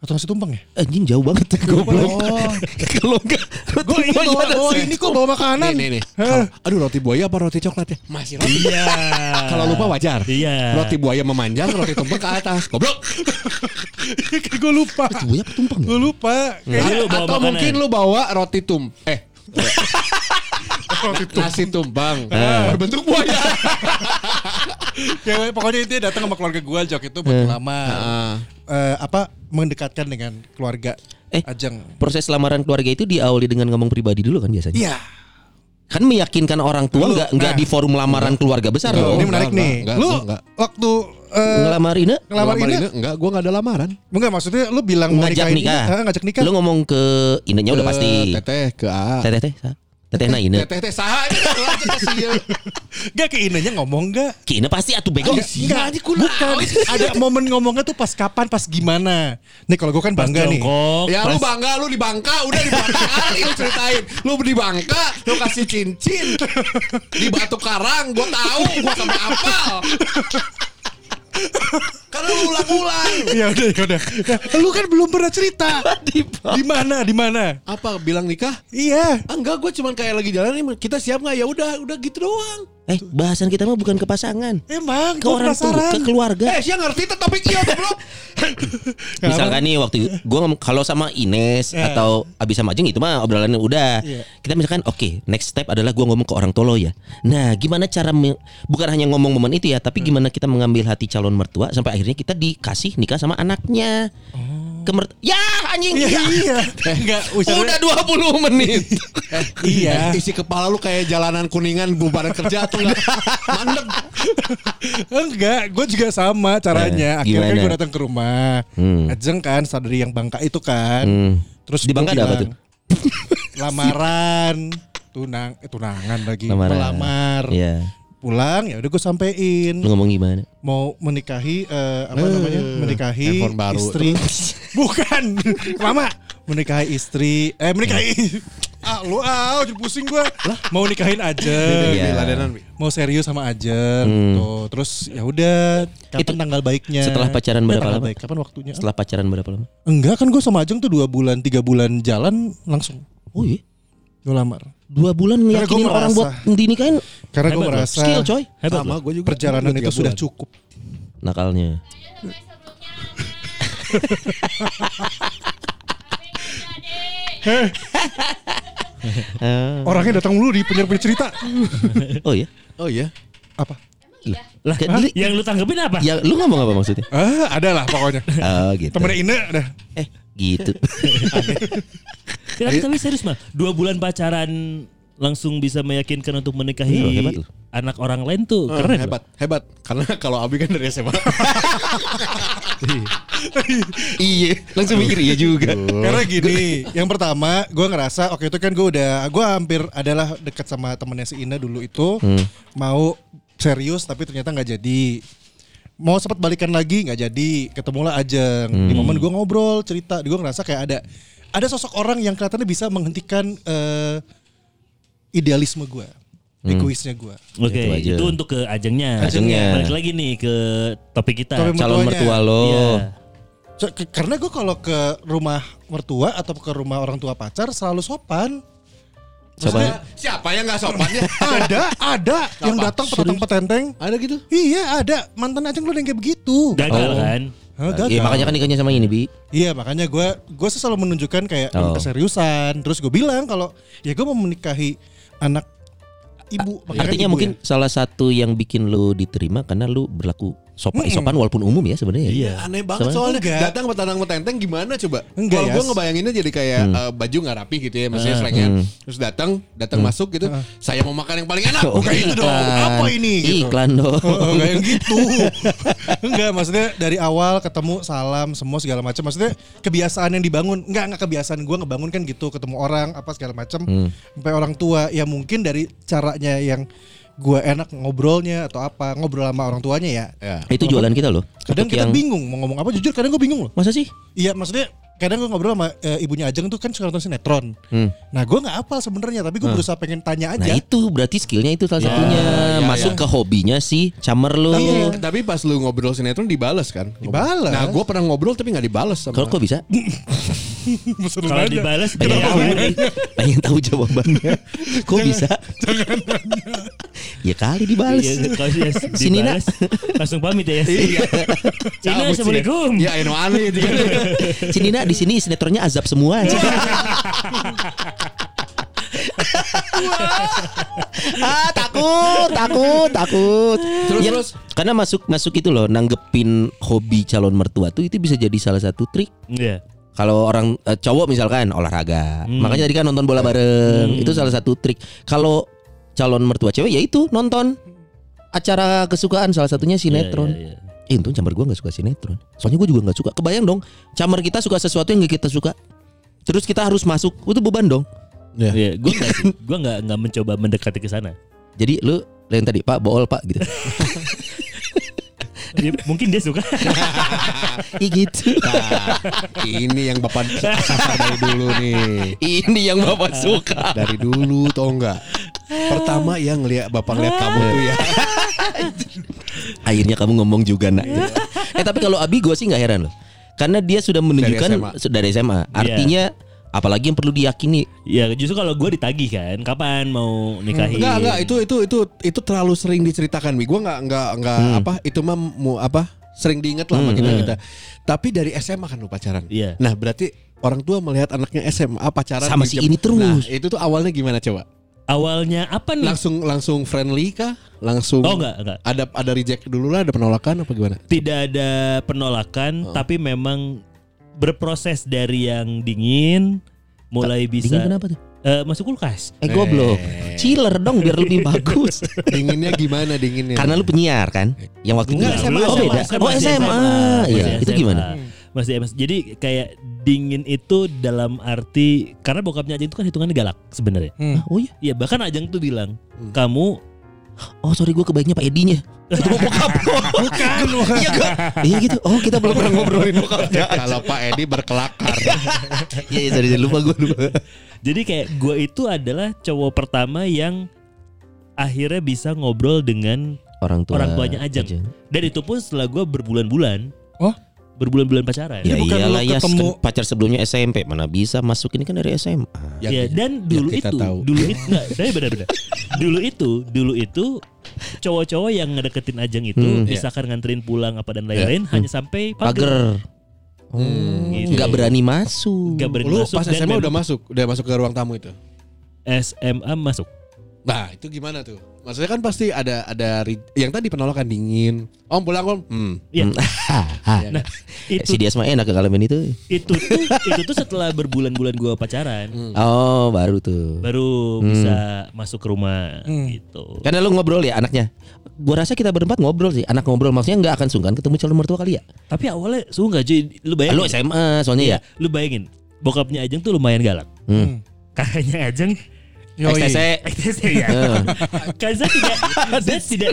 B: Atau nasi tumpeng ya?
C: Anjing jauh banget goblok.
D: <laughs>
B: Oh.
C: Kalau enggak
B: Gue ini bawa,
D: oh,
B: bawa Oh, ini kok bawa makanan.
D: Nih, nih, nih. Kalau- aduh roti buaya apa roti coklat ya? Masih roti.
A: <laughs> Iya.
D: Kalau lupa wajar.
A: Iya.
D: Roti buaya memanjang, roti tumpeng ke atas.
A: <laughs>
D: Goblok.
B: gue lupa.
C: buaya apa tumpeng? ya?
B: Gue lupa.
A: Jadi lu
D: Nah, Atau
A: bawa makanan.
D: mungkin lu bawa roti tum
A: <laughs>
D: eh nasi Nah. tumpang
A: Ah,
D: berbentuk buaya.
B: Kayak- pokoknya intinya datang sama keluarga gue Jok itu
D: Hmm.
B: buat lama. Eh, apa mendekatkan dengan keluarga
C: Eh.
B: Ajeng.
C: Proses lamaran keluarga itu diawali dengan ngomong pribadi dulu kan biasanya.
B: Iya.
C: Kan meyakinkan orang tua enggak enggak
B: Nah. Iya.
C: di forum lamaran keluarga besar
B: Tuh,
D: Enggak,
B: ini
C: dong.
D: enggak,
B: menarik
D: enggak,
B: nih.
D: enggak,
B: lu
D: enggak.
B: waktu eh,
C: Ngelamar Ina
B: ngelamar ini
D: Ine, enggak, gua enggak ada lamaran.
B: enggak maksudnya lu bilang mau
C: ngajak
B: nikahin
C: nikah.
B: Ina, eh, ngajak nikah.
C: Lu ngomong ke Inanya udah
D: Ke
C: pasti.
D: Eh, Teteh ke A.
C: Teteh teh. sa- Teteh nah, na Ina.
D: Teteh teteh saha ini, salah kita sih, ya.
B: Enggak ke Inanya ngomong enggak?
C: Ki Ina pasti atuh bego.
B: Iya. Enggak, bukan. Ada momen ngomongnya tuh pas kapan, pas gimana. Nih kalau gue kan
A: Pas
B: bangga nih.
A: jongkok,
D: Ya
A: Oh,
D: lu
A: pas-
D: bangga, lu di Bangka, udah di Bangka kali lu ceritain. Lu di Bangka, lu kasih cincin. Di Batu Karang, gua tahu, gua sampai apal. Karena lu ulang-ulang.
B: Ya udah, ya udah. Nah, lu kan belum pernah cerita. Di mana? Di mana?
D: Apa bilang nikah?
B: Iya.
D: Ah, enggak, gua cuman kayak lagi jalan nih, kita siap nggak? Ya udah, udah gitu doang.
C: Eh, bahasan kita mah bukan ke pasangan.
B: Emang gue
C: Ke orang tua,
B: Eh, penasaran.
C: ke keluarga.
D: Eh, siang ngerti tuh topik iya <laughs> goblok.
C: Misalkan nih waktu gue kalau sama Ines atau abis sama Ajeng itu mah obrolannya udah.
B: Iya.
C: Kita misalkan oke next step adalah gue ngomong ke orang tolo ya. Nah gimana cara me- bukan hanya ngomong momen itu ya, tapi gimana kita mengambil hati calon mertua sampai akhirnya kita dikasih nikah sama anaknya. Kemer- ya anjing.
B: <laughs> Iya,
C: Ya.
B: iya. Enggak,
C: <laughs> Udah 20 menit.
B: Iya.
D: Eh, Isi kepala lu kayak jalanan kuningan bubaran kerja tuh enggak. Mandek.
B: <laughs> Enggak, gue juga sama caranya. Akhirnya
C: Eh, gimana? Hmm.
B: gue datang ke rumah. Ajeng kan, sadari yang bangka itu kan. Terus
C: Di
B: gua
C: Bangka ada apa
B: bilang, <laughs> Lamaran, tunang, eh, tunangan lagi,
C: Lamaran.
B: melamar.
C: Iya.
B: Pulang ya udah gue sampein
C: Lu ngomong gimana?
B: mau menikahi eh, apa namanya? Menikahi
D: handphone baru.
B: istri. <laughs> Bukan. Lama menikahi istri eh
C: <laughs>
B: menikahi ah lu ah jadi pusing gua mau nikahin aja
C: Iya. Hmm.
B: mau serius sama Ajeng gitu. Terus ya udah kapan
C: Itu-
B: tanggal baiknya?
C: setelah
B: Eh,
C: pacaran berapa
B: tanggal
C: lama?
B: baik, Kapan waktunya?
C: Setelah pacaran berapa lama?
B: Enggak kan gue sama Ajeng tuh dua bulan tiga bulan jalan langsung
C: Oh iya.
B: gue lamar.
C: Dua bulan
B: Karena gua
C: meyakinin orang
B: merasa.
C: buat dinikahin
B: Karena gue
A: Hebat loh.
B: merasa
C: skill coy.
A: Hebat
D: Sama
A: loh.
D: gua juga.
B: perjalanan
D: Tiga
B: itu sudah
D: bulan.
B: cukup.
C: Nakalnya.
B: Orangnya datang dulu di penyer-penyer cerita. <laughs>
C: Oh iya.
D: Oh iya.
B: Apa?
C: Lah, jadi-
A: Yang lu tanggepin apa?
C: Ya lu ngomong apa maksudnya?
B: Ah, ada lah pokoknya. <laughs>
C: Oh gitu.
B: Temennya Ine dah.
C: Eh
B: <laughs>
C: gitu.
A: Tapi, tapi serius mah, dua bulan pacaran langsung bisa meyakinkan untuk menikahi
C: Iya, loh, hebat loh.
A: anak orang lain tuh
D: Eh,
A: keren.
D: hebat, hebat. Karena kalau Abi kan dari SMA.
C: iya, langsung mikir iya juga.
D: Oh.
B: Karena gini, yang pertama gue ngerasa oke itu kan gue udah gue hampir adalah dekat sama temennya si Ina dulu itu mau serius tapi ternyata nggak jadi. Mau sempat balikan lagi nggak jadi, ketemulah Ajeng. Di momen gue ngobrol cerita, gue ngerasa kayak ada ada sosok orang yang kelihatannya bisa menghentikan eh, idealisme gue, egoisnya gue.
A: Oke,
C: Itu aja.
A: itu, untuk ke ajengnya.
C: Ajengnya.
A: Balik lagi nih ke topik kita.
B: Topik
C: Calon mertua lo.
A: Iya.
B: So, ke- karena gue kalau ke rumah mertua atau ke rumah orang tua pacar selalu sopan. Maksudnya-
C: Coba
D: Siapa yang ya? enggak sopannya?
B: ada, ada yang
D: Apa?
B: datang petang petenteng.
D: Ada gitu.
B: Iya ada mantan Ajeng lu ada yang kayak begitu.
A: Gagal kan?
B: Hah, Oh, gagal.
C: Iya makanya kan nikahnya sama ini Bi
B: Iya makanya gue gue selalu menunjukkan kayak
C: Oh.
B: keseriusan. Terus gue bilang kalau ya gue mau menikahi anak ibu. Makanya kan
C: Artinya
B: ibu
C: mungkin
B: ya.
C: salah satu yang bikin lu diterima Karena lu berlaku sopan, sopan walaupun umum ya sebenarnya ya.
A: Iya.
D: Aneh banget
C: Sama-
D: soalnya ya.
B: Enggak.
D: datang petang petenteng gimana coba?
B: Enggak,
D: Kalau gue
B: Yas.
D: ngebayanginnya jadi kayak
C: Hmm.
D: eh, baju nggak rapi gitu ya, maksudnya selengnya. Terus datang, datang masuk gitu. Saya mau makan yang paling enak.
C: <laughs> Oh,
D: Bukan itu dong.
C: iklan.
D: Apa ini? Gitu.
C: Iklan dong
B: Oh, oh, enggak yang
C: <laughs>
B: gitu. enggak, maksudnya dari awal ketemu salam semua segala macam. Maksudnya kebiasaan yang dibangun. Enggak, enggak kebiasaan gue ngebangun kan gitu, ketemu orang apa segala macam.
C: Hmm.
B: Sampai orang tua ya mungkin dari caranya yang gue enak ngobrolnya atau apa, ngobrol sama orang tuanya ya.
D: Ya.
C: Itu jualan kita loh
B: Kadang
C: Untuk
B: kita
C: yang-
B: bingung mau ngomong apa, jujur kadang gue bingung loh.
C: Masa sih?
B: Iya, maksudnya kadang gue ngobrol sama eh, ibunya Ajeng tuh kan suka nonton sinetron.
C: Hmm.
B: Nah gue nggak hafal sebenarnya tapi gue berusaha pengen tanya
C: Nah
B: aja.
C: itu berarti skillnya itu salah
D: Ya,
C: satunya
D: ya,
C: masuk
D: ya. Iya.
C: ke hobinya si Camer lu.
D: Tapi, tapi pas lu ngobrol sinetron dibales kan?
B: Dibales.
D: Nah,
B: <laughs>
D: gue pernah ngobrol tapi nggak dibales sama.
C: Kalau kok bisa?
B: Seru
A: Kalau
B: banget.
A: dibalas kenapa
C: Pengen
A: Iya,
C: tahu,
A: nanya?
C: pengen tahu jawabannya. Kok bisa? ya kali dibales.
A: Iya, kalau dia
C: Si Nina.
A: dibalas, langsung pamit ya.
D: <laughs>
C: <laughs>
A: Ini
D: Iya. Cabut,
A: assalamualaikum.
D: Cine. Ya, eno aneh itu kan.
C: Si Nina di sini sinetronnya azab semua. ah takut takut takut
D: Terus,
C: Ya,
D: terus.
C: karena masuk masuk itu loh nanggepin hobi calon mertua tuh itu bisa jadi salah satu trik
A: Iya.
C: kalau orang eh, cowok misalkan olahraga
A: Hmm.
C: makanya tadi kan nonton bola bareng itu salah satu trik kalau calon mertua cewek ya itu nonton acara kesukaan salah satunya sinetron
A: Iya, iya, iya.
C: Eh untung camar gue gak suka sinetron Soalnya gue juga gak suka Kebayang dong Camar kita suka sesuatu yang gak kita suka Terus kita harus masuk Itu beban dong Ya.
A: Iya, gue nggak gue nggak nggak mencoba mendekati ke sana.
C: Jadi lu yang tadi pak bool pak
A: <laughs>
C: gitu
A: Dia- Mungkin dia suka.
C: Ih gitu
D: Nah, ini yang bapak sasar dari dulu nih.
C: Ini yang bapak suka
D: Dari dulu tau nggak? Pertama yang lihat bapak ngeliat kamu tuh ya.
C: Akhirnya kamu ngomong juga nak Eh tapi kalau Abi gue sih gak heran loh Karena dia sudah menunjukkan
D: Dari
C: se- Dari SMA, Artinya Apalagi yang perlu diyakini
A: Ya justru kalau gue ditagih kan, kapan mau
C: Iya.
A: nikahin?
D: Enggak enggak itu itu itu itu terlalu sering diceritakan Mi. Gua enggak enggak enggak
C: Hmm.
D: apa itu mah mu, apa sering diingat lah sama kita kita. Tapi dari SMA kan lu pacaran.
A: Iya.
D: Nah, berarti orang tua melihat anaknya SMA pacaran
C: Sama
D: di
C: si
D: jam-
C: ini terus. Hmm.
D: Nah, itu tuh awalnya gimana coba?
A: Awalnya apa nih?
D: Langsung langsung friendly kah? Langsung
A: Oh enggak, enggak.
D: ada ada reject dulu lah, ada penolakan apa gimana?
A: Tidak ada penolakan,
C: Oh.
A: tapi memang berproses dari yang dingin mulai bisa
C: Dingin kenapa tuh?
A: Eh, masuk kulkas.
C: Eh goblok Chiller dong biar lebih <laughs> bagus
D: Dinginnya gimana dinginnya?
C: Karena lu <laughs> penyiar kan Yang waktu itu
D: Enggak,
C: bilang.
D: SMA,
C: Oh beda
A: masih
C: Oh SMA Iya
A: Masih
C: itu
A: SMA.
C: gimana
A: Masih SMA. Jadi kayak dingin itu dalam arti karena bokapnya Ajeng itu kan hitungannya galak sebenarnya.
B: Hmm.
C: Ah, Oh iya
A: Iya, bahkan Ajeng tuh bilang,
C: Hmm.
A: "Kamu
C: Oh sorry gue kebaiknya Pak Edinya Itu mau bokap Bukan <laughs> Iya gua- <laughs> Iya gitu Oh kita belum pernah ngobrolin bokapnya
D: kalau Pak Edi berkelakar.
C: <laughs> Iya iya sorry sorry, lupa gue lupa
A: <laughs> Jadi kayak gue itu adalah cowok pertama yang akhirnya bisa ngobrol dengan
C: Orang tua
A: orang tuanya Ajeng. Dan itu pun setelah gue berbulan-bulan.
B: Oh?
A: Berbulan-bulan pacaran.
D: Iya.
C: Ya
B: Jadi bukan
C: iyalah
B: lu
C: ya
B: ketemu-
C: sek- pacar sebelumnya SMP Mana bisa masuk ini kan dari SMA
A: Ya, dan dulu
D: kita
A: itu,
D: tahu.
A: dulu itu enggak, saya benar-benar. dulu itu, dulu itu cowok-cowok yang ngedeketin Ajeng itu
C: Hmm.
D: iya.
A: misalkan nganterin pulang apa dan lain-lain hanya sampai pagar.
C: Pager
D: Hmm.
A: Gitu.
C: Gak berani masuk
A: Nggak
C: <laughs>
A: berani
D: Lu
A: masuk
D: pas
A: dan
D: SMA udah
A: memang
D: masuk, udah masuk ke ruang tamu itu.
A: SMA masuk.
D: Nah itu gimana tuh? Maksudnya kan pasti ada ada ri- yang tadi penolakan dingin. Om pulang om. Hmm.
A: Iya.
D: Ya,
A: Nah,
C: Si
A: itu
C: dia mah enak ngalamin itu
A: itu tuh itu tuh setelah berbulan-bulan gue pacaran.
C: Oh baru tuh
A: baru
C: Hmm.
A: bisa masuk ke rumah gitu.
C: Karena lu ngobrol ya anaknya Gua rasa kita berempat ngobrol sih Anak ngobrol maksudnya nggak akan sungkan ketemu calon mertua kali ya
A: Tapi awalnya suka cuy, lu bayangin.
C: Lu SMA soalnya ya
A: Lu bayangin, bokapnya Ajeng tuh lumayan galak.
C: Hmm. Oh, iya.
A: Kakaknya Ajeng
B: Yoi.
C: <laughs> XTC
A: XTC ya.
C: Hmm.
A: Kaza Kan tidak dia tidak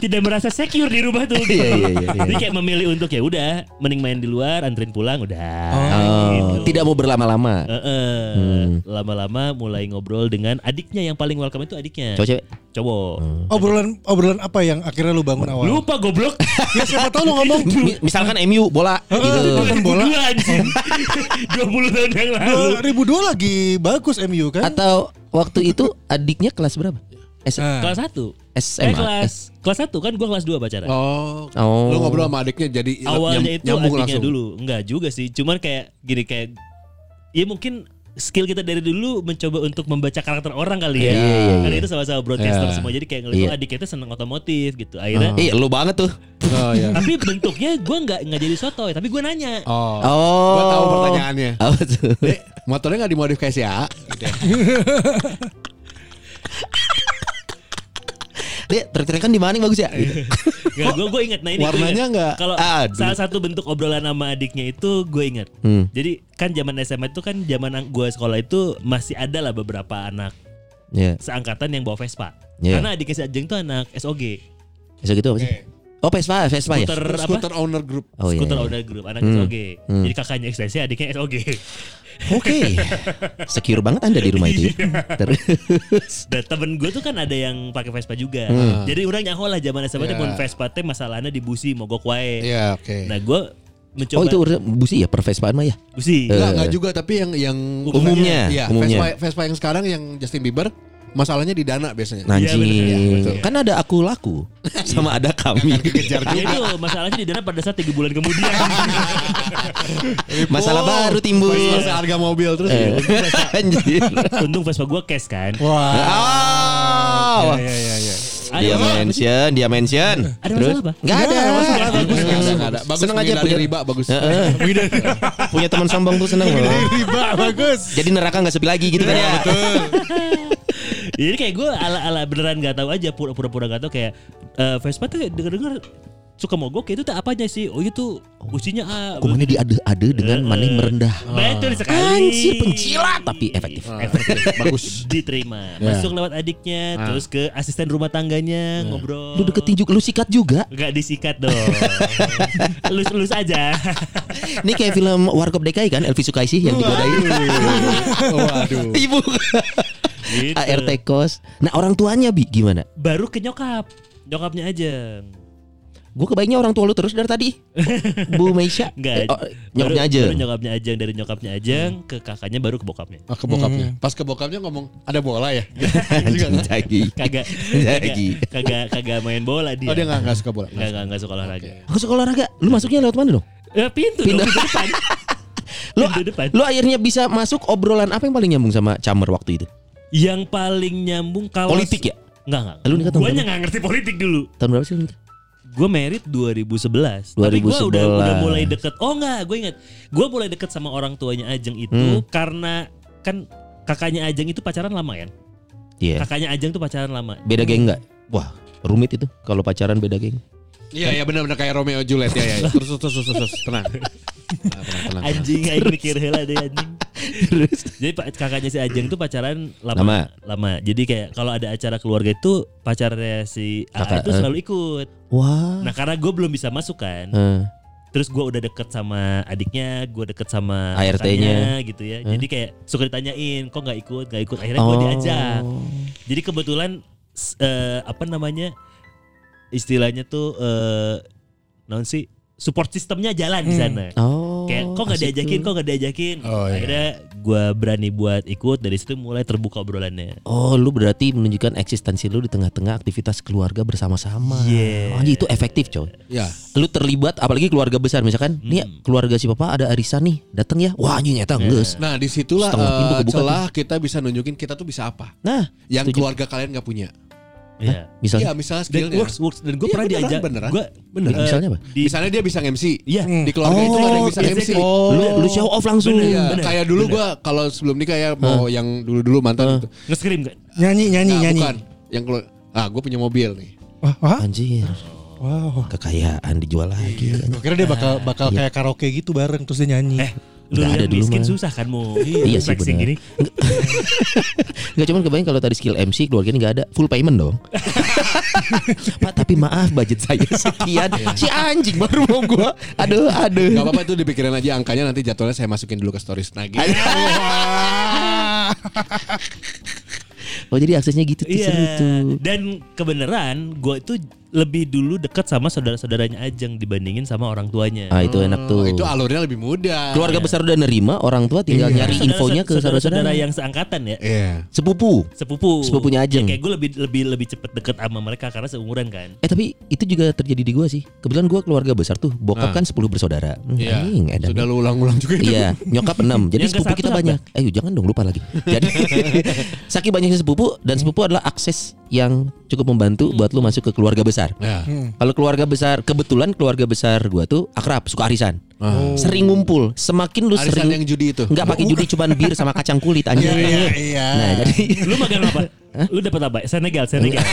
A: tidak merasa secure di rumah
C: <laughs>
A: tuh.
C: Iya, iya, iya, iya.
A: Dia kayak memilih untuk ya udah mending main di luar, anterin pulang udah.
C: Oh,
A: gitu.
C: tidak Hmm. mau berlama-lama.
A: Heeh. Lama-lama mulai ngobrol dengan adiknya yang paling welcome itu adiknya.
C: Cowok Hmm. cewek.
A: Cowok.
B: Obrolan obrolan apa yang akhirnya lu bangun awal?
A: Lupa goblok.
B: Ya siapa tahu lu ngomong
C: <laughs> Mi- Misalkan MU bola
B: Heeh.
A: eh,
C: gitu.
B: Nonton bola.
A: 2002
C: <laughs>
A: anjing. 20 tahun yang lalu.
B: 2002 lagi bagus MU kan?
C: Atau waktu itu adiknya kelas berapa? S-
B: Nah.
A: Kelas 1. Eh,
C: SMA.
A: kelas kelas 1 kan gua kelas 2 pacaran.
D: Oh.
C: Oh. iya.
D: Lu ngobrol sama adiknya jadi
A: Awalnya
D: nyam-
A: itu adiknya dulu. Enggak juga sih. Cuman kayak gini kayak ya mungkin skill kita dari dulu mencoba untuk membaca karakter orang kali ya.
C: Iya, iya,
A: Karena
C: iya.
A: itu sama-sama broadcaster
D: Iya.
A: semua. Jadi kayak ngeliat
C: Iya.
A: oh, adiknya itu seneng otomotif gitu. Akhirnya
C: Eh, lu banget tuh.
D: Oh
C: <laughs>
D: ya.
A: tapi bentuknya gua nggak nggak jadi sotoy, tapi gua nanya.
D: Oh.
C: Oh.
D: Gua tahu pertanyaannya.
C: Apa tuh?
D: Dek, motornya nggak dimodifikasi ya?
A: Gitu
D: <laughs>
C: Dek, trek-trekan di mana yang bagus ya? Gitu.
A: Nggak, gua gua ingat nah ini gua
D: Warnanya
A: ingat.
D: nggak-
A: Kalau
C: Aduh.
A: salah satu bentuk obrolan sama adiknya itu gue ingat.
C: Hmm.
A: Jadi kan zaman SMA itu kan zaman ang- gua sekolah itu masih ada lah beberapa anak
C: Ya.
A: seangkatan yang bawa Vespa.
C: Iya.
A: Karena adiknya si Ajeng tuh anak SOG.
C: Besok itu apa sih? Oh Vespa, Vespa ya.
A: Skuter apa?
D: Scooter owner group.
C: Oh iya. Hmm.
A: Skuter
C: iya.
A: owner group anak SOG. Jadi kakaknya ekstensi, adiknya
C: <laughs>
A: SOG.
C: Oke. Secure banget Anda di rumah itu. Ya. Terus
A: Dan temen gue tuh kan ada yang pakai Vespa juga.
C: Hmm.
A: Jadi orang nyaho lah zaman SMA yeah.
D: Ya.
A: pun Vespa teh masalahnya di busi mogok wae.
D: Iya, oke.
A: Nah gue mencoba
C: Oh itu urusan busi ya per Vespaan mah ya.
A: busi.
D: Enggak, enggak juga tapi yang yang
C: Umumnya,
D: Iya,
C: umumnya.
D: Vespa, Vespa yang sekarang yang Justin Bieber masalahnya di dana biasanya.
A: Iya,
C: Anjing.
A: bener, iya,
D: betul.
C: kan ada aku laku sama ada kami.
D: Dikejar
A: Ya itu masalahnya di dana pada saat tiga bulan kemudian.
C: <laughs> Masalah baru timbul.
D: Vespa seharga mobil terus.
C: Eh, Anjir.
A: Untung Vespa gue cash kan.
B: Wah.
C: Ah.
B: Ya, ya, <laughs> ya.
C: Dia mention, dia mention.
A: Ada
C: Terus?
A: masalah apa?
C: Nggak ada.
A: Nggak ada masalah.
C: Nggak ada.
D: Nggak ada, nggak ada. Bagus,
C: Seneng aja
D: menghindari
C: punya Eh.
D: riba, bagus.
C: Heeh. punya teman sombong tuh seneng loh.
B: Riba bagus.
C: Jadi neraka nggak sepi lagi gitu kan
A: Iya,
C: ya.
A: Jadi kayak gue ala-ala beneran gak tahu aja pura- pura-pura gak tahu kayak eh, Vespa tuh denger-denger suka mogok itu tuh apanya sih? Oh itu usinya ah.
C: Kumannya diade-ade dengan
A: Iya.
C: maning merendah.
A: Betul sekali. Ah,
C: Anjir pencilat Ya. tapi efektif. <laughs>
A: Bagus. Diterima. Masuk lewat adiknya, terus ke asisten rumah tangganya ngobrol.
C: Ah. Ya. Lu deketin juga, lu sikat juga.
A: Gak disikat
C: <laughs>
A: dong. Lus-lus aja.
C: Ini kayak film Warkop DKI kan Elvi Sukaisih yang digodain.
D: Waduh.
C: Ibu
A: Gitu.
C: ART kos. Nah, orang tuanya Bi gimana?
A: Baru ke nyokap. Nyokapnya aja.
C: Gue kebaiknya orang tua lu terus dari tadi. Bu Meisha.
A: Enggak.
C: Eh, oh, nyokapnya
A: Baru-
C: aja.
A: Baru nyokapnya aja dari nyokapnya aja ke kakaknya baru ke bokapnya.
D: Ah, ke bokapnya.
A: Hmm.
D: Pas ke bokapnya ngomong ada bola
C: <laughs>
D: ya.
C: Anjing lagi.
A: Kagak kagak
C: Lagi.
A: kagak kagak main bola dia.
D: Oh dia nggak nggak suka bola.
A: Enggak enggak enggak suka olahraga.
C: Aku sekolah olahraga. Lu masuknya lewat mana dong?
A: Eh, pintu dong,
C: Pindah.
A: pintu depan.
C: <laughs> Lu,
A: Pintu depan.
C: lu akhirnya bisa masuk obrolan apa yang paling nyambung sama Camer waktu itu?
A: Yang paling nyambung kalau
C: Politik ya?
A: Enggak enggak.
C: Lu nikah tahun
A: Gua
C: berapa?
A: nggak ngerti politik dulu.
C: Tahun berapa sih lu nikah?
A: Gue merit 2011. Tapi gue udah
C: 2011.
A: udah mulai deket. Oh enggak, gue ingat. Gue mulai deket sama orang tuanya Ajeng itu
C: Hmm.
A: karena kan kakaknya Ajeng itu pacaran lama kan?
C: Iya.
A: Kakaknya Ajeng tuh pacaran lama.
C: Beda geng nggak? Wah, rumit itu kalau pacaran beda geng.
D: Iya iya benar-benar kayak Romeo and Juliet ya ya. ya. Terus terus terus terus tenang. Ah, tenang, tenang.
A: Anjing aing mikir heula deh anjing. Jadi pak- kakaknya si Ajeng tuh pacaran lama.
C: Lama.
A: Lama. Jadi kayak kalau ada acara keluarga itu pacarnya si
C: Kakak,
A: AA itu
C: eh.
A: selalu ikut.
C: Wah.
A: Nah karena gue belum bisa masuk kan.
C: Eh,
A: Terus gue udah deket sama adiknya, gue deket sama
C: ART-nya.
A: kakaknya gitu ya. Jadi kayak suka ditanyain, kok nggak ikut, nggak ikut. Akhirnya gue
C: Eh. Oh.
A: diajak. Jadi kebetulan s- eh, apa namanya istilahnya tuh eh non sih support sistemnya jalan di sana.
C: Oh.
A: Kayak kok nggak
C: asik
A: diajakin,
C: tuh.
A: kok nggak diajakin.
D: Oh, iya.
A: Akhirnya gue berani buat ikut dari situ mulai terbuka obrolannya.
C: Oh, lu berarti menunjukkan eksistensi lu di tengah-tengah aktivitas keluarga bersama-sama.
A: Iya.
C: Anjing, itu efektif, coy.
D: Ya.
C: Lu terlibat apalagi keluarga besar misalkan, nih keluarga si papa ada arisan nih, datang ya. Wah, anjing eta geus.
D: Nah disitulah
C: Setengah pintu
D: eh,
C: kebuka
D: celah kita bisa nunjukin kita tuh bisa apa.
C: Nah,
D: Yang
C: setuju.
D: keluarga kalian nggak punya.
A: Iya.
C: misalnya
D: Iya misalnya
A: Dan
D: skillnya.
A: works works dan gue
D: Iya,
A: pernah
D: beneran,
A: diajak.
D: beneran.
A: Gua,
D: Beneran.
A: eh,
C: Misalnya apa?
A: Di,
D: Misalnya dia bisa MC.
A: Iya.
D: Di keluarga itu ada yang bisa
A: exactly.
D: MC.
C: lu, lu show off langsung.
D: Iya,
A: bener,
D: kayak dulu gua kalau sebelum nikah ya mau yang dulu-dulu mantan gitu.
A: Nge-scream kan?
B: Nyanyi nyanyi
D: Nah,
B: nyanyi.
D: bukan. Yang kalau ah gue punya mobil nih.
B: Wah, wah.
C: Anjir,
B: Wow.
C: kekayaan dijual lagi. anjing.
B: Gue kira dia bakal bakal kayak karaoke gitu bareng terus dia nyanyi.
A: Eh, lu
C: Nggak ada
A: lihat
C: dulu
A: miskin
C: mah.
A: susah kan mau
C: Iya sih,
A: flexing gini.
C: bener. Enggak cuman kebayang kalau tadi skill MC keluarganya nggak ada full payment
D: <laughs>
C: dong. Pak tapi maaf budget saya sekian. si anjing baru mau gua. Aduh aduh.
D: Gak Iya. apa-apa itu dipikirin aja angkanya nanti jadwalnya saya masukin dulu ke stories nah gitu.
C: Oh jadi aksesnya gitu tuh
A: Iya.
C: seru tuh.
A: Dan kebenaran gue itu lebih dulu dekat sama saudara-saudaranya Ajeng dibandingin sama orang tuanya.
C: Ah itu enak tuh.
D: Oh, itu Iya. alurnya lebih mudah.
C: keluarga besar udah nerima, orang tua tinggal nyari
A: Saudara-
C: infonya ke
A: saudara
C: saudara-saudara
A: yang seangkatan ya.
D: Iya.
C: sepupu.
A: Sepupu.
C: Sepupunya Ajeng.
A: Ya, kayak gue lebih lebih lebih cepet deket sama mereka karena seumuran
C: <laughs>
A: kan.
C: Eh tapi itu juga terjadi di gua sih. Kebetulan gua keluarga besar tuh. Bokap kan 10 bersaudara.
D: Ah.
C: Hmm,
D: Iya.
C: anjing, edan.
D: Sudah lu ulang-ulang juga itu.
C: Iya, nyokap 6. Jadi
A: Yang ke
C: sepupu
A: satu
C: kita
A: apa?
C: banyak. Ayo jangan dong lupa lagi.
D: <laughs>
C: Jadi saking banyaknya sepupu dan sepupu adalah akses yang cukup membantu buat lu masuk ke keluarga besar.
D: Nah,
C: Kalau keluarga besar, kebetulan keluarga besar gua tuh akrab, suka arisan.
D: Oh.
C: Sering ngumpul, semakin lu
D: arisan
C: sering
D: yang judi itu.
C: nggak pakai
D: <laughs>
C: judi cuman bir sama kacang kulit anjing.
B: iya.
C: Nah, jadi
A: Lu magang apa? Lu dapat apa? Senegal,
C: <laughs>
A: Senegal.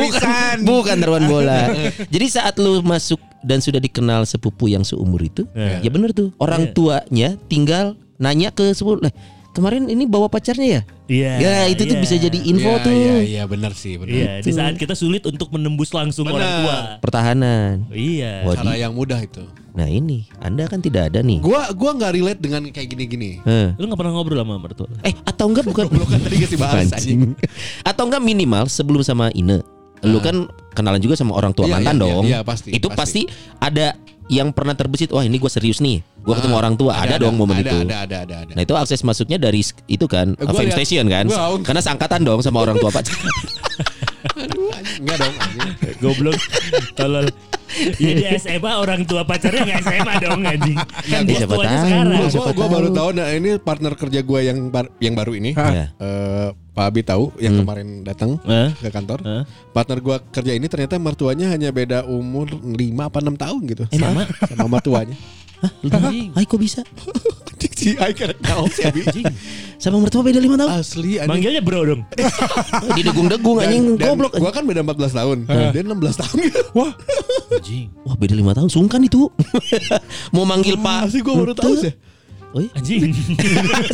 C: bukan bukan taruhan bola. Jadi saat lu masuk dan sudah dikenal sepupu yang seumur itu,
A: Iya.
C: ya bener tuh. Orang tuanya tinggal nanya ke sepupu, "Leh, kemarin ini bawa pacarnya ya?
A: Iya.
C: ya itu tuh
A: iya.
C: bisa jadi info
D: Ya,
C: tuh.
D: Iya, iya benar sih, benar.
A: Iya, di saat kita sulit untuk menembus langsung
D: Benar.
A: orang tua.
C: Pertahanan.
A: Iya.
C: Wah.
D: Cara ya. yang mudah itu.
C: Nah ini, Anda kan tidak ada nih. Eh.
D: Gua gua nggak relate dengan kayak gini-gini.
C: Heh.
A: Lu gak pernah ngobrol sama mertua?
C: Eh atau enggak bukan
D: Lu kan tadi kasih bahas anjing.
C: Anjing. Atau enggak minimal sebelum sama Ine. Lu kan kenalan juga sama orang
D: Ah.
C: tua
D: Iya,
C: mantan
D: iya, iya,
C: dong.
D: iya, pasti,
C: itu
D: pasti.
C: pasti. ada yang pernah terbesit, wah ini gue serius nih. Gue ketemu orang tua, ada, dong momen
D: Ah, ada,
C: itu.
D: Ada ada ada ada.
C: Nah itu akses masuknya dari s- itu kan
D: Eh, gua
C: Fame
D: liat-
C: Station kan
D: gua-
C: Karena seangkatan dong sama orang
D: <laughs>
C: tua Pak
D: Aduh, anjing. Enggak dong anjing.
A: <laughs> Goblok. Tolol. Ya, Jadi SMA orang tua pacarnya gak SMA dong
C: <laughs>
A: anjing. Kan dia
C: Ya, siapa
A: tuanya
C: tahu.
A: sekarang.
D: Gua,
C: siapa
D: gua, gua baru
C: tahu.
D: tahu nah ini partner kerja gua yang bar- yang baru ini.
C: Iya. Hmm. Eh.
D: Eh, Pak Abi tahu yang kemarin datang
A: Hah?
D: ke kantor.
A: Hah?
D: Partner gua kerja ini ternyata mertuanya hanya beda umur 5 apa 6 tahun gitu.
A: Sama.
D: Sama mertuanya.
A: Anjing.
C: Hai kok bisa
D: Anjing sih, I can't help sih, Abi.
C: Sama mertua beda 5 tahun
D: Asli anjing.
A: Manggilnya bro dong.
C: Didegung-degung
D: Ah.
C: anjing
D: Dan- dan
C: goblok
D: Gua kan beda 14 tahun. Dia 16 tahun. Wah,
A: Anjing.
C: Wah beda 5 tahun
D: <laughs>
C: sungkan itu Mau manggil Pak
D: asli gua baru tahu
C: Ute.
D: sih.
C: Oh iya? <laughs>
A: Anjing.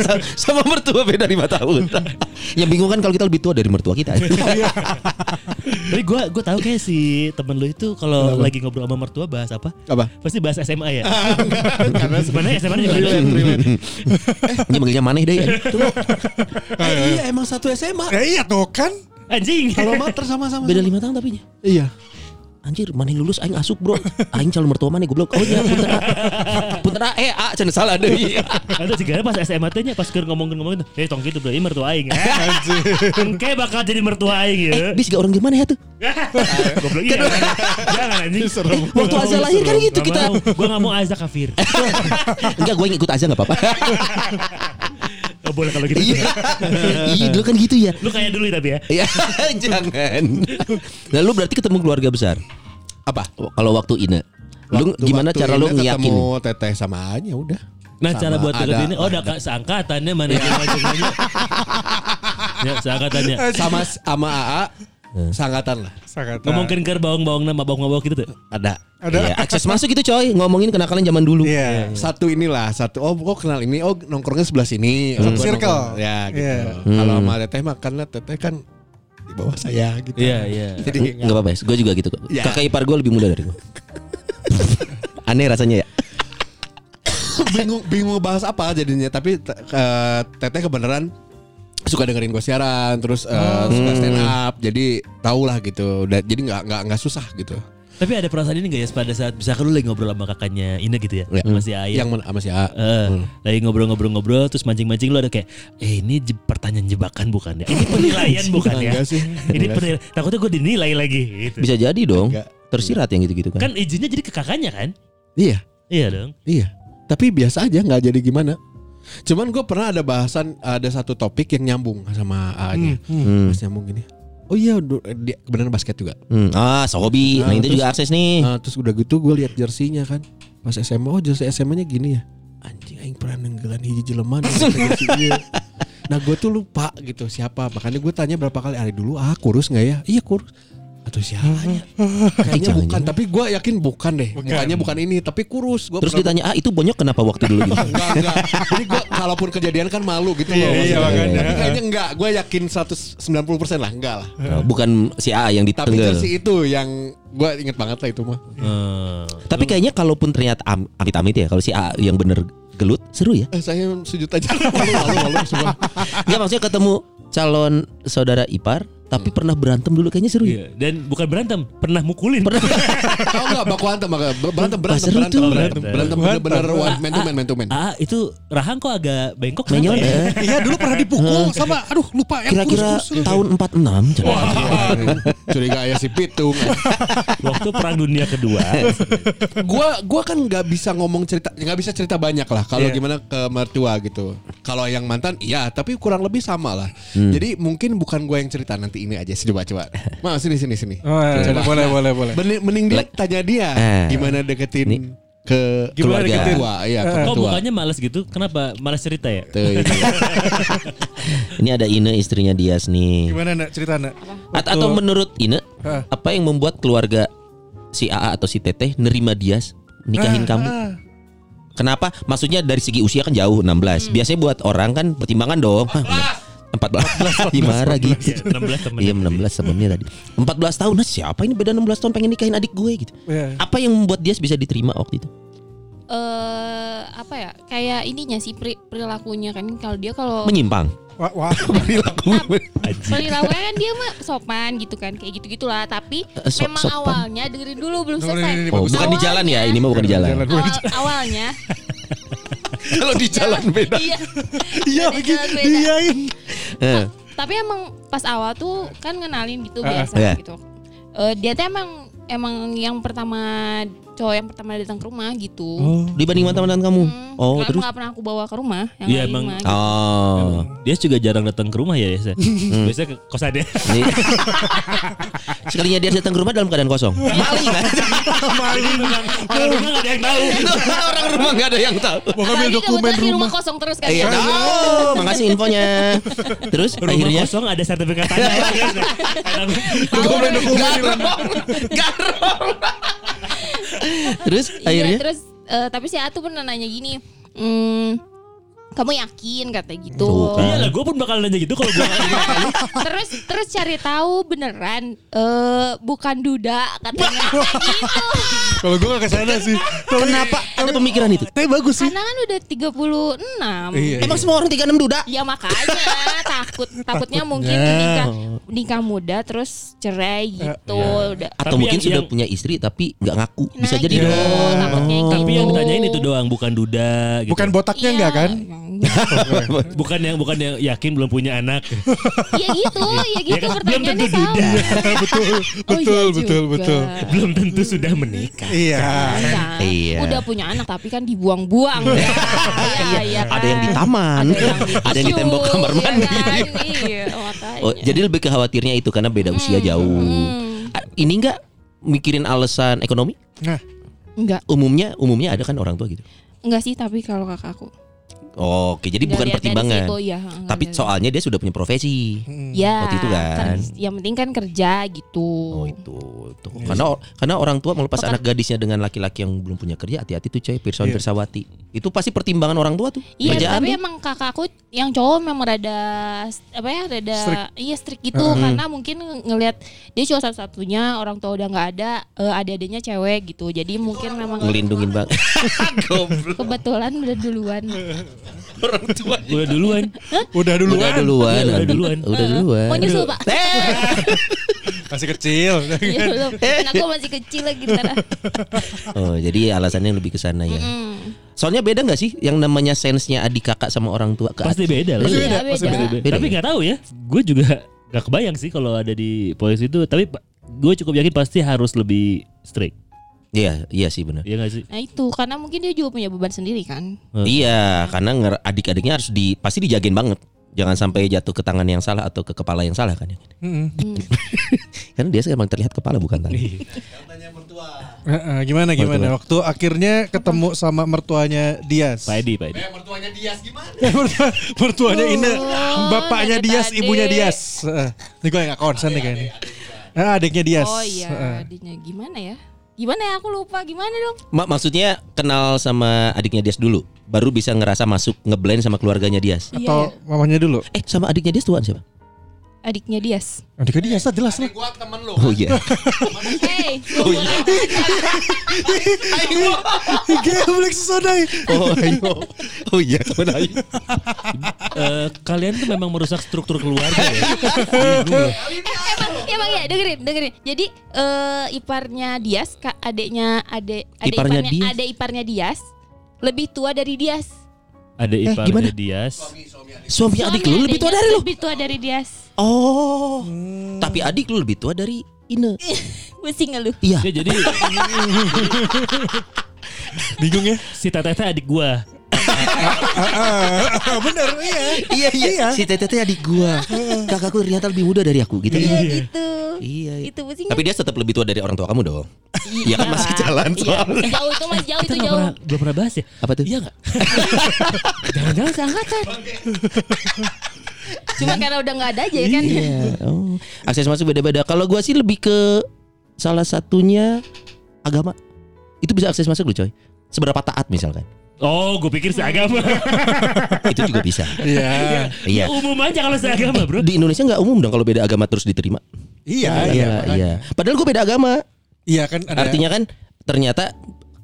C: Sa- <laughs> Sama mertua beda 5 tahun <laughs> Iya. Yang bingung kan kalau kita lebih tua dari mertua kita
A: Tapi gue gue tahu kayak si temen lu itu kalau lagi ngobrol sama mertua bahas apa?
D: Apa?
A: Pasti bahas SMA ya. Karena sebenarnya SMA juga ada.
C: <laughs> Ini manggilnya maneh deh ya. Iya emang satu SMA
B: Eh, iya tuh kan.
A: Anjing.
D: mater sama-sama.
C: Beda 5 tahun tapi
D: Iya.
C: Anjir, mana lulus aing asuk bro Aing calon mertua mana goblok Oh iya, punten A Punten A, eh A, canda salah <laughs> deh
A: Atau segala pas SMA tanya pas keur ngomongin-ngomongin, "Eh, tong kitu bro, ini mertua aing." Eh, Engke bakal jadi mertua aing ya.
C: Eh, bis gak orang gimana ya tuh
A: Goblok iya. Jangan anjing.
C: Eh, waktu Azza lahir kan gitu kita.
A: Gue gak mau Azza kafir.
C: Enggak, gue ikut aja gak apa-apa
A: Gak boleh kalau gitu.
C: <laughs> Iya, Iya, dulu kan gitu ya
A: Lu kayak dulu tapi ya.
C: Ya, <laughs> jangan Nah, lu berarti ketemu keluarga besar
D: Apa?
C: Kalau waktu Ine Lu
D: Waktu-
C: gimana
D: waktu
C: cara lu
D: ini
C: ngiyakin
D: ketemu teteh sama Anya udah.
A: Nah
D: Sama
A: cara buat
D: ada-
A: deketinnya Oh udah kak seangkatannya mana macam-macamnya. Ya seangkatannya
D: sama sama AA Eh. sangatan lah.
B: Sangat.
A: Ngomongin ke bawang-bawang nama bawang-bawang gitu tuh
D: Ada.
B: Ada.
C: Iya, akses masuk itu coy Ngomongin kenakalan zaman dulu
B: Iya.
D: Hmm. Satu inilah, satu oh kok kenal ini, oh nongkrongnya sebelah sini.
B: Satu
D: Gua
B: circle.
D: nongkrong. Ya gitu.
B: Iya.
D: Kalau
C: Hmm.
D: sama teteh mah karena teteh kan di bawah saya gitu.
A: Iya iya
D: Jadi
C: Gak apa-apa ya, gue juga gitu kok
D: Ya.
C: Kakak ipar gue lebih muda dari gue Aneh rasanya ya
D: bingung bingung bahas apa jadinya tapi te- eh, teteh kebenaran suka dengerin gue siaran terus eh,
A: Hmm.
D: suka stand up jadi tau lah gitu Dan- jadi nggak nggak nggak susah gitu
A: Tapi ada perasaan ini gak ya pada saat Misalkan lu lagi ngobrol sama kakaknya Ina gitu ya
D: Iya.
A: Masih ayah
D: yang men- sama si A Hmm.
A: Eh, lagi ngobrol-ngobrol-ngobrol terus mancing-mancing lu ada kayak eh ini je- pertanyaan jebakan bukan ya ini
D: <laughs>
A: penilaian bukan ya
D: Enggak sih.
A: <laughs> ini penilaian takutnya gue dinilai lagi gitu.
C: Bisa jadi dong
D: Enggak.
C: Tersirat yang gitu-gitu
D: Nah.
C: kan
A: kan izinnya jadi ke kakaknya kan
D: iya
A: iya dong
D: Iya. Tapi biasa aja nggak jadi gimana. Cuman gue pernah ada bahasan ada satu topik yang nyambung sama A-nya.
C: Hmm.
D: Terus nyambung gini. Oh iya, du- eh, dia kebenaran basket juga.
C: Hmm, ah, sehobi. Nah,
D: Nah,
C: itu
D: terus-
C: juga akses nih.
D: Nah, terus udah gitu gue lihat jersinya kan. Pas SMA, oh jersey SMA-nya gini ya. Anjing aing pernah nenggelan hiji jelema nih, pakai
C: <laughs>
D: jersey ieu. Nah gue tuh lupa gitu siapa Makanya gue tanya berapa kali Hari dulu ah kurus gak ya Iya kurus Atau siapanya
C: Eh,
D: Kayaknya
C: Jangan-jangan.
D: bukan Tapi gue yakin bukan deh Mukanya bukan ini Tapi kurus gua
C: Terus
D: pernah-
C: ditanya, "Ah, itu bonyok kenapa waktu dulu gitu?"
D: <laughs> enggak enggak jadi gue kalaupun kejadian kan malu gitu loh
B: iya,
D: maksudnya.
B: makanya.
D: Tapi kayaknya enggak gue yakin 190% lah enggak lah
C: Nah, Bukan si A yang
D: tapi kan
C: ditenggel.
D: jersey itu yang gue inget banget lah itu mah
A: Eh,
C: Tapi kayaknya kalaupun ternyata am- amit-amit ya, kalau si A yang bener gelut, seru ya.
D: eh, saya sujud aja <laughs> malu malu malu semua
C: Enggak maksudnya ketemu calon saudara ipar, tapi pernah berantem dulu kayaknya seru ya.
A: iya. dan bukan berantem pernah mukulin
D: tau nggak bakuantem maka berantem berantem
C: Pas seru
D: berantem
C: tuh.
D: berantem berantem bener-bener one man to man man to man
A: Ah itu Rahang kok agak bengkok kenapa
C: Menyon.
A: ya?
C: eh.
B: Iya dulu pernah
D: Hmm.
B: dipukul sama aduh lupa ya
C: Kira-kira
B: kurus-kurus. <laughs>
C: tahun 46 jangan.
D: Iya, curiga ya si pitung
A: Waktu perang dunia
D: <laughs>
A: kedua
D: gue gua kan nggak bisa ngomong cerita nggak bisa cerita banyak lah kalau
A: Iya.
D: gimana ke mertua gitu kalau yang mantan iya tapi kurang lebih sama lah jadi mungkin bukan gue yang cerita nanti ini aja sih coba coba mas sini sini sini
B: Oh, iya,
D: Coba.
B: boleh, boleh, boleh.
D: Mending, mending dia tanya dia
C: Eh.
D: gimana deketin ke
B: Gimana
D: keluarga
B: deketin?
D: tua, iya ke
A: Eh, Kok
D: mertua.
A: mukanya males gitu Kenapa males cerita ya
D: Tuh, iya. itu.
C: Ini ada Ine istrinya Dias nih.
B: Gimana nak cerita nak?
C: At- atau menurut Ine,
B: Hah.
C: apa yang
B: Ah,
C: membuat keluarga si AA atau si Teteh nerima Dias nikahin kamu? Kenapa? Maksudnya dari segi usia kan jauh 16. Biasanya buat orang kan pertimbangan dong. Hah, 14 gimana gitu.
A: Iya, 16 temennya.
C: Iya 16 temennya tadi 14 tahun nah siapa ini beda 16 tahun pengen nikahin adik gue gitu
B: Iya.
C: Apa yang membuat dia bisa diterima waktu itu?
E: eh apa ya kayak ininya sih peri- perilakunya kan kalau dia kalau
C: Menyimpang
B: Wah, wah, perilaku.
E: perilakunya kan dia mah sopan gitu kan kayak gitu gitulah tapi
C: Eh, so-
E: memang
C: sopan.
E: awalnya dengerin dulu belum
B: Dengerin,
E: selesai
B: ini
C: Oh bukan di jalan ya ini mah bukan di jalan <laughs>
B: Jalan.
E: Awal- awalnya
C: Kalau di jalan beda <laughs>
E: iya
B: Iya,
E: Ada
B: lagi
E: jalan beda.
B: diain.
C: Eh,
E: tapi emang pas awal tuh kan ngenalin gitu
B: Ah,
E: biasa
C: iya.
E: gitu Eh, dia tuh emang emang yang pertama cowok yang pertama datang ke rumah gitu
C: Dibanding mantan-mantan kamu
E: Hmm,
C: Oh
E: nggak-
C: terus
E: nggak pernah aku bawa ke rumah yang
A: Iya,
E: lain
A: emang-
E: mah, gitu.
C: Oh
A: Dia juga jarang datang ke rumah ya biasa. Biasanya ke kosannya.
C: <laughs> Nih. Sekalinya dia datang ke rumah dalam keadaan kosong. Maling <laughs> kan?
A: Orang rumah nggak ada yang tahu.
C: Orang rumah nggak ada yang tahu.
B: Mau ngambil
E: Apalagi
B: dokumen
E: kebetulan di
B: rumah.
E: kosong terus kan
C: Iya, oh, makasih infonya. Terus
A: Rumah
C: akhirnya
A: kosong ada sertifikat Iya, tanah.
B: Dokumen dokumen hilang.
C: garong, garong. Terus
E: Iya,
C: akhirnya
E: terus eh, tapi si Atu pernah nanya gini, "Hmm, kamu yakin kata gitu.
C: Tuh kan.
A: Iya lah, gue pun bakal nanya gitu kalau gue.
E: terus terus cari tahu beneran eh bukan duda katanya gitu.
B: Kalau gue gak kesana sih.
C: Gitu. kenapa ada pemikiran itu?
B: Tapi bagus sih.
E: Karena kan udah 36.
B: Iya.
C: Emang semua orang 36 duda?
E: Ya makanya takut takutnya mungkin
B: Takutnya.
E: nikah nikah muda terus cerai gitu. Udah.
C: Atau
A: Tapi
C: mungkin
A: yang-
C: sudah
A: yang-
C: punya istri tapi nggak ngaku. Bisa
E: Nah,
C: jadi
E: gitu,
C: dong.
E: takutnya
A: Tapi yang
E: gitu.
A: ditanyain itu doang, bukan duda. Gitu.
B: Bukan botaknya
E: Iya,
B: enggak kan?
E: enggak.
A: bukan yang bukan yang yakin belum punya anak.
E: Iya gitu, ya
A: Ya
E: gitu
A: kan, belum tentu
E: pertanyaannya sama.
A: duda,
B: betul,
E: Oh,
B: betul,
E: iya
B: betul,
E: juga.
B: betul.
A: belum tentu sudah menikah.
B: Iya.
E: Kan.
C: Iya.
E: Udah punya anak tapi kan
C: <laughs>
E: dibuang-buang. ya. Iya, iya
C: Ada yang di
E: kan.
C: taman, Nah, ada yang di
E: tisu,
C: tembok kamar
E: iya
C: mandi.
E: kan? Iya, makanya.
C: Oh, jadi lebih ke khawatirnya itu karena beda usia jauh.
E: Hmm.
C: Ah, Ini enggak mikirin alasan ekonomi?
B: Nah,
E: enggak,
C: Umumnya umumnya ada kan orang tua gitu.
E: enggak sih tapi kalau kakakku.
C: Oke, jadi bukan
E: Nggak lihat dari
C: pertimbangan.
E: situ, iya, enggak
C: Tapi
E: lihat.
C: soalnya dia sudah punya profesi.
B: Hmm.
E: ya,
C: waktu itu kan.
E: ker- yang penting kan kerja gitu.
C: Oh itu, itu.
E: Iya.
C: karena karena orang tua melepas anak gadisnya dengan laki-laki yang belum punya kerja hati-hati tuh coy Pirsawan
B: Iya.
C: Pirsawati itu pasti pertimbangan orang tua tuh
E: Iya,
C: kerjaan
E: tapi
C: tuh.
E: emang kakakku yang cowok memang rada apa ya, rada
B: Strict.
E: iya strict gitu karena mungkin ngelihat dia cowok satu-satunya, orang tua udah nggak ada, eh, adik-adiknya cewek gitu. Jadi mungkin memang
C: ngelindungin
E: <laughs>
C: bang
E: kebetulan udah duluan.
C: Eh, orang tua
A: Udah duluan.
B: udah dulu
C: udah duluan
A: Iya, udah duluan.
C: udah duluan
E: Mau Oh, nyusul, Pak?
C: Eh.
B: masih kecil.
E: <laughs> Iya
C: <laughs>
E: belum. Nah, aku masih kecil lagi ntar.
C: oh jadi alasannya lebih ke sana ya
E: Hmm.
C: soalnya beda nggak sih yang namanya sensenya adik kakak sama orang tua ke
A: Pasti beda lah.
B: Masih beda,
E: Iya,
B: masih
E: beda.
B: beda.
C: Beda
A: Tapi
C: ya?
A: nggak tahu ya. Gue juga nggak kebayang sih kalau ada di posisi itu. Tapi gue cukup yakin pasti harus lebih strict.
C: iya iya sih benar
A: Iya nggak sih?
E: Nah itu karena mungkin dia juga punya beban sendiri kan.
C: Iya, karena nger- adik-adiknya harus di pasti dijagain banget. Jangan sampai jatuh ke tangan yang salah atau ke kepala yang salah kan. ya.
B: Heeh.
E: Hmm.
C: <laughs> Karena dia emang terlihat kepala bukan tangan.
B: Heeh, gimana gimana? Waktu akhirnya ketemu sama mertuanya Dias.
A: Pak Edi, Pak Edi.
B: <laughs> Mertua- mertuanya
E: Oh,
B: Ine, bapaknya
E: ada
B: Dias,
E: adik.
B: ibunya Dias. Heeh. Ini gue nggak konsen nih kayaknya. Ah, adiknya Dias.
E: iya, Oh iya,
C: Eh.
B: Heeh.
E: adiknya gimana ya? Gimana ya aku lupa gimana dong?
C: Ma- maksudnya kenal sama adiknya Dias dulu, baru bisa ngerasa masuk ngeblend sama keluarganya Dias.
B: Atau
E: ya,
B: mamanya dulu.
C: Eh, sama adiknya Dias tuan siapa?
E: adiknya Dias.
B: Adiknya Dias lah jelas lah.
D: <laughs>
C: Oh iya. <laughs>
E: Hey,
C: Oh iya.
B: Geblek sesodai.
C: Oh, ayo. Oh iya, kapan ayo?
A: Eh, kalian tuh memang merusak struktur keluarga ya. Bingung.
E: emang, emang ya dengerin, dengerin. Jadi eh, iparnya Dias, kak adiknya adik, adik
C: Iparnya Dias.
E: adik iparnya Dias lebih tua dari Dias.
A: Ada
C: Eh, gimana?
A: iparnya Dias.
C: Suami adik lu
E: Suami
C: lebih tua
E: adiknya
C: dari lu.
E: Lebih tua dari Dias.
C: Oh. Tapi adik lu lebih tua dari Ine.
E: Pusing nggak lu?
C: Iya.
A: Ya jadi
B: Bingung ya?
A: si teteh teh adik gua.
B: Ah, bener iya.
C: Iya iya. Si Tete teh adik <laughs> gua. Kakakku ternyata lebih muda dari aku gitu.
E: Iya gitu.
C: Iya. iya.
E: Itu pusing.
C: Tapi dia tetap lebih tua dari orang tua kamu dong. Iya kan masih jalan
E: Iya,
C: soalnya.
E: jauh itu masih jauh
A: Kita
E: itu
A: nggak
E: jauh.
A: pernah belum pernah bahas ya.
C: Apa tuh?
A: Iya nggak? Jangan-jangan seangkatan.
E: Cuma karena udah nggak ada aja ya
A: <laughs>
E: kan.
C: Iya. Oh. Akses masuk beda-beda. Kalau gua sih lebih ke
A: <laughs>
C: salah satunya agama. Itu bisa akses masuk loh coy. Seberapa taat misalkan.
A: Oh, gue pikir seagama.
C: itu juga bisa.
B: Iya.
C: Iya.
A: Umum aja kalau seagama, Bro. Ah,
C: Di Indonesia nggak umum dong kalau beda agama terus diterima.
B: Iya, iya.
C: Iya,
B: makanya.
C: iya. Padahal gue beda agama.
B: Iya kan ada
C: Artinya kan ternyata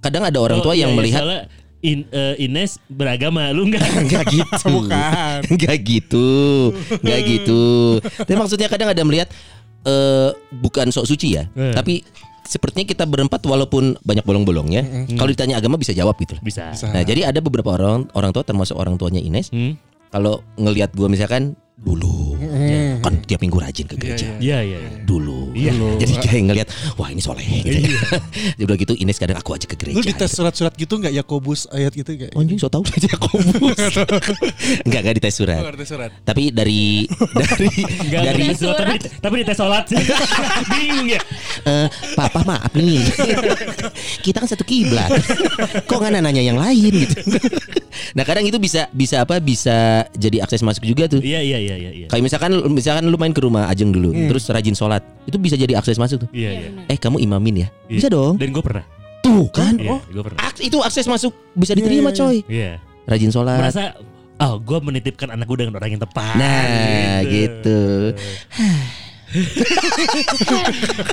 C: kadang ada orang
A: Oh,
C: tua
A: iya,
C: yang
A: iya,
C: melihat
A: soalnya In, eh, Ines beragama, lu enggak?
C: <coughs> Enggak gitu. <laughs>
B: Bukan.
C: Enggak gitu. Enggak gitu. Tapi maksudnya kadang ada melihat eh bukan sok suci ya,
A: Eh.
C: tapi sepertinya kita berempat walaupun banyak bolong-bolongnya, kalau ditanya agama bisa jawab gitu lah.
A: Bisa.
B: Bisa.
C: Nah, jadi ada beberapa orang orang tua termasuk orang tuanya Ines,
A: Hmm?
C: kalau ngelihat gua misalkan dulu ya, kan tiap minggu rajin ke gereja.
A: Iya, iya. iya.
C: Dulu,
A: Iya.
C: jadi kayak ngelihat, wah ini soleh. Gitu. <laughs> ya. Jadi udah gitu Ines kadang aku aja ke gereja.
B: Lu dites
C: gitu.
B: surat-surat gitu nggak Yakobus ayat gitu nggak?
C: Anjing so tau <laughs> saja aku Enggak enggak dites surat.
B: Nggak ada surat.
C: Tapi
A: <laughs>
C: dari dari
A: Enggak
C: dari
A: dites surat, tapi, tapi dites
C: <laughs>
A: sholat. Bingung ya.
C: eh, papa maaf nih. <laughs> Kita kan satu kiblat. <laughs> Kok nggak nanya yang lain gitu. <laughs> nah, kadang itu bisa bisa apa? Bisa jadi akses masuk juga tuh.
A: Iya, iya, iya, iya, iya.
C: Kayak misalkan misalkan lu main ke rumah Ajeng dulu, terus rajin sholat, itu bisa jadi akses masuk tuh.
A: Iya, iya.
C: Eh kamu imamin ya?
A: Iya.
C: Bisa dong.
A: Dan gue pernah.
C: Tuh kan.
A: Iya, gue pernah.
C: Ak- itu akses masuk bisa diterima coy.
A: Iya.
C: Rajin sholat.
A: Merasa Oh, gue menitipkan anak gue dengan orang yang tepat.
C: Nah, gitu.
A: <laughs>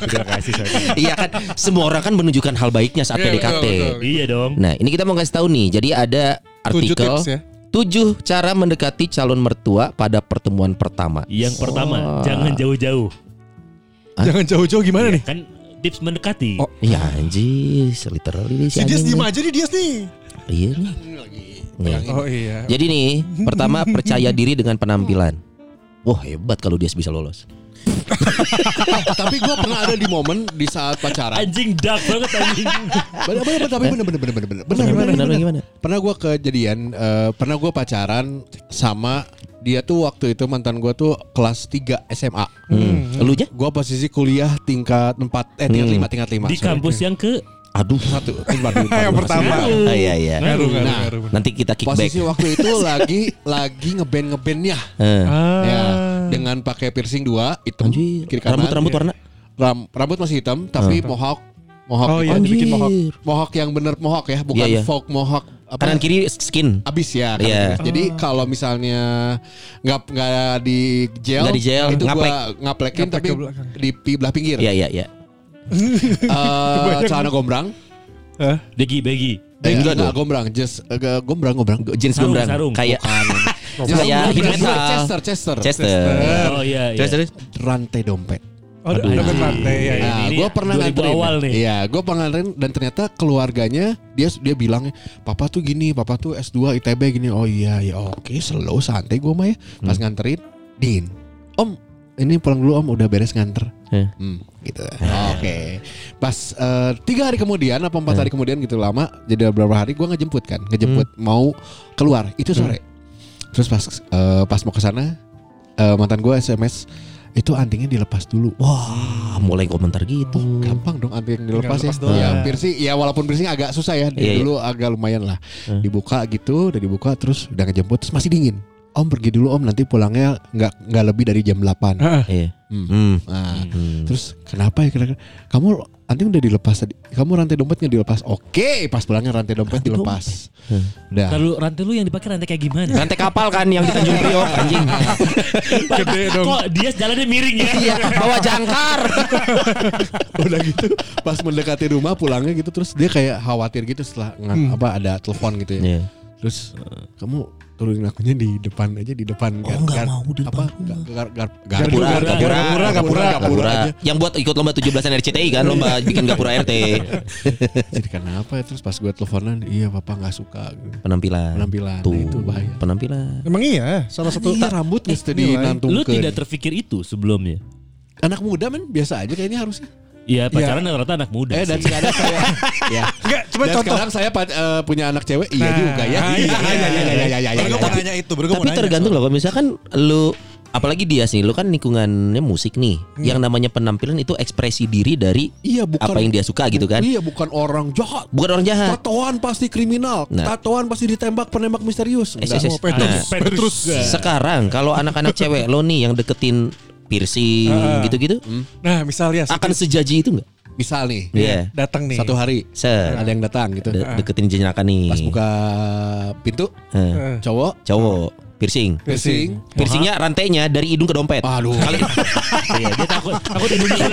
A: Terima kasih. Sobat.
C: Iya kan semua orang kan menunjukkan hal baiknya saat
B: Iya, betul,
C: PDKT.
B: betul.
A: iya dong.
C: Nah, ini kita mau kasih tahu nih. Jadi ada
B: Tujuh
C: artikel
B: tips ya.
C: 7 cara mendekati calon mertua pada pertemuan pertama.
A: Yang pertama,
C: Oh.
A: jangan jauh-jauh.
C: Hah?
B: Jangan jauh-jauh gimana nih?
A: Kan tips mendekati.
B: Oh.
C: Ya anjir, literally
B: Si
C: si
B: Dias
C: anjing
B: diem
C: nih.
B: aja nih Dias nih.
C: Iya nih. Nih.
B: Oh iya.
C: Jadi nih, pertama percaya diri dengan penampilan. Wah hebat kalau dia bisa lolos.
D: Tapi gue pernah ada di momen di saat pacaran.
A: Anjing dark banget
C: <laughs>
A: anjing.
D: Bener bener tapi bener bener bener bener bener bener bener,
C: Eh. Gimana,
D: bener.
C: gimana?
D: Pernah gue kejadian, eh, pernah gue pacaran sama dia tuh waktu itu mantan gue tuh kelas 3 SMA.
C: Hmm. Lu nya?
D: Gue posisi kuliah tingkat 4 eh tingkat
C: Hmm.
D: 5 tingkat 5.
A: Di kampus yang ke
C: Aduh.
D: satu tingkat
B: <laughs>
D: lima.
B: Yang pertama.
C: Ah, iya iya.
B: Ngaruh, ngaruh,
D: Nah.
B: ngaruh.
C: Nanti kita
D: Posisi
C: kickback.
D: waktu itu lagi lagi ngeband ngebandnya
C: Eh.
B: Ah.
D: ya dengan pakai piercing dua hitam
C: Anjir.
D: kiri kanan. iya.
C: Rambut rambut warna. Ah.
D: Ram- rambut masih hitam tapi mohawk mohawk
B: Oh, iya, dibikin mohawk.
C: Anjir.
D: mohawk yang bener mohawk ya bukan
C: Iya, iya.
D: folk mohawk apa
C: Kanan kiri skin.
D: abis ya kanan
C: Iya.
D: kiri.
B: Ah.
D: jadi kalau misalnya nggak nggak di gel
C: Nggak di gel,
D: itu
C: ngaplek.
D: gua ngaplekin
B: Ngaplek
D: tapi
B: ke belakang.
D: di pi- belah pinggir
C: Iya iya iya.
B: <laughs>
D: Eh, celana gombrang
A: Begi Begi.
D: Eh,
C: enggak
D: nggak gombrang just eh, gombrang gombrang
C: Jeans
A: Sarung,
C: gombrang
A: sarung.
C: kayak
D: Just- just-
C: kayak heavy metal.
D: Iya. Chester Chester
C: Chester.
A: Oh iya iya.
C: Terus terus.
D: rantai dompet
B: Oh,
C: Aduh.
B: dapat
A: Anjing.
B: pantai ya. ya.
A: Iya,
D: Nah,
A: ini
D: gue pernah
A: 2000
D: nganterin.
A: awal nih.
D: Iya, gue pernah nganterin dan ternyata keluarganya dia dia bilang papa tuh gini, papa tuh S2 ITB gini. Oh iya, ya oke, slow santai gue mah ya.
A: Hmm.
D: Pas nganterin, Din, Om, ini pulang dulu Om udah beres nganter.
A: Iya.
C: Eh.
D: Hmm, gitu. Oke. Pas eh, tiga hari kemudian apa empat
A: Iya.
D: hari kemudian gitu lama, jadi ada beberapa hari gue ngejemput kan, ngejemput
A: Hmm.
D: mau keluar itu sore. Terus pas eh, pas mau ke sana eh, mantan gue SMS itu antingnya dilepas dulu.
C: Wah, Ah, mulai komentar gitu.
D: Gampang dong anti yang dilepas
B: Tinggal
D: ya.
B: lepas doang.
D: Ya, piercing ya walaupun piercing agak susah ya. Dia
C: Iya, iya.
D: dulu agak lumayan lah. Dibuka gitu, udah dibuka terus udah ngejemput terus masih dingin. Om pergi dulu Om nanti pulangnya nggak nggak lebih dari jam 8.
C: Iya.
D: Hmm.
C: Hmm.
D: Nah,
C: Hmm.
D: terus kenapa ya kira-kira kamu anti udah dilepas tadi. Kamu rantai dompetnya dilepas. Oke, pas pulangnya rantai dompet dilepas. Udah.
A: Lalu rantai lu yang dipakai rantai kayak gimana?
C: Rantai kapal kan yang di Tanjung Priok anjing.
A: Gede dong. Kok dia jalannya miring ya?
C: Iya, bawa jangkar.
D: <laughs> udah gitu pas mendekati rumah pulangnya gitu terus dia kayak khawatir gitu setelah ngan- apa ada telepon gitu ya.
C: Iya.
D: Terus eh, kamu turunin akunya di depan aja di depan
C: Oh, nggak mau di depan
D: gar, gar, gar,
C: Gapura,
D: gar-
C: gapura,
D: gapura, gapura, gapura
C: Gapura.
D: aja.
C: Yang buat ikut lomba 17-an RCTI kan lomba bikin gapura RT.
D: Jadi kenapa ya terus pas gue teleponan iya papa nggak suka gitu.
C: Penampilan.
D: Penampilan,
C: Tuh.
D: nah itu bahaya.
C: Penampilan.
B: Emang iya, salah satu Eh,
D: Iya rambutnya itu di nantung
A: Lu tidak terpikir itu sebelumnya?
D: anak muda men biasa aja kayaknya harusnya.
A: Iya pacaran rata anak muda
D: Eh dan
A: sih.
D: sekarang saya ya.
B: Enggak, coba
D: Dan
B: contoh.
D: sekarang saya pa- eh, punya anak cewek iya
B: Nah,
D: juga ya.
B: ah, iya, iya, iya, iya,
D: iya
B: Baru gua mau
D: Tapi-
B: nanya itu, baru gua mau
C: Tapi
B: nanya.
C: tergantung loh kalau misalkan lu apalagi dia sih lu kan lingkungannya musik nih. Yang namanya penampilan itu ekspresi diri dari
D: Iya bukan
C: apa yang dia suka gitu kan.
D: Iya bukan orang jahat.
C: Bukan orang jahat.
D: Tatoan pasti kriminal.
C: Nah.
D: Tatoan pasti ditembak penembak misterius.
C: Eh,
B: Oh,
C: eh, eh. Nah,
A: Petrus.
C: Sekarang kalau anak-anak cewek lo nih yang deketin piercing gitu-gitu
B: Nah, misalnya
C: akan sejaji itu enggak?
D: misal nih
C: Iya.
B: datang nih
D: satu hari
C: Set.
D: ada yang datang gitu
C: De- deketin jenaka nih.
D: pas buka pintu
C: Eh,
B: Eh,
D: cowok
C: cowok piercing.
D: piercing
C: Piercingnya rantainya dari hidung ke dompet.
D: aduh
C: Kalau
A: Iya, dia takut
C: <laughs>
A: takut hidungnya
C: Iya.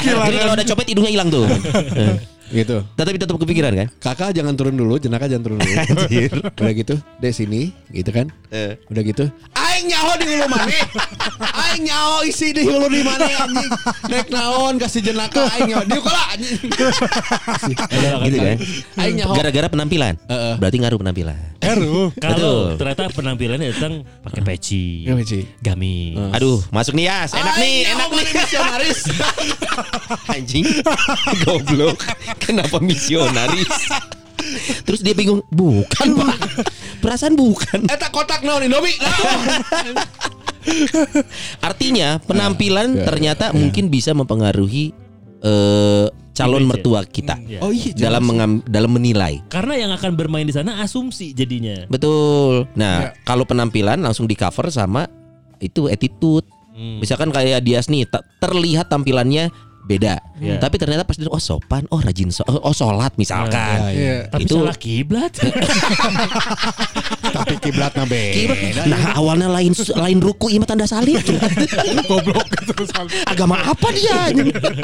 A: hilang.
C: Jadi kalau ada copet hidungnya hilang tuh. Eh,
D: <laughs> gitu
C: Tapi tetap kepikiran kan?
D: kakak jangan turun dulu jenaka jangan turun dulu <laughs> udah gitu deh sini gitu kan
C: Eh.
D: udah gitu aing nyaho di hulu mana aing nyaho isi di hulu di mana anjing rek naon kasih jenaka aing nyaho di kala anjing
C: gitu kan?
D: aing nyaho
C: Gara-gara penampilan. Berarti ngaruh penampilan.
D: <laughs>
B: Heru.
C: Betul.
A: Kalau ternyata penampilannya datang pakai peci,
D: Pakai peci.
A: gamis.
C: Aduh, masuk nih Yas. Enak nih,
D: Aing
C: enak
D: nyaho
C: nih.
D: mana misionaris
C: Anjing. <laughs> Goblok. Kenapa misionaris? Terus dia bingung, bukan Pak. Perasaan bukan.
D: eta kotak naon indomie naon?
C: Artinya
D: Ya,
C: penampilan
D: ya,
C: ternyata mungkin bisa mempengaruhi eh,
A: Image
C: calon
A: ya.
C: mertua kita
A: Iya.
D: oh iya
C: dalam mengam- dalam menilai.
A: Karena yang akan bermain di sana asumsi jadinya.
C: Betul.
D: Ya.
C: Nah, kalau penampilan langsung di cover sama itu attitude.
A: Hmm.
C: Misalkan kayak Dias nih ta- terlihat tampilannya beda,
A: Iya.
C: tapi ternyata pas dia oh sopan, oh rajin, so- oh oh, sholat misalkan.
B: Iya.
A: Tapi
C: Itu- Iya.
A: salah
C: <laughs>
A: kiblat.
D: tapi kiblatna
C: Kira-
D: beda
C: Nah awalnya lain sus- lain ruku ima tanda salib
D: <laughs>
B: Goblok
D: gitu,
B: terus.
C: Agama apa dia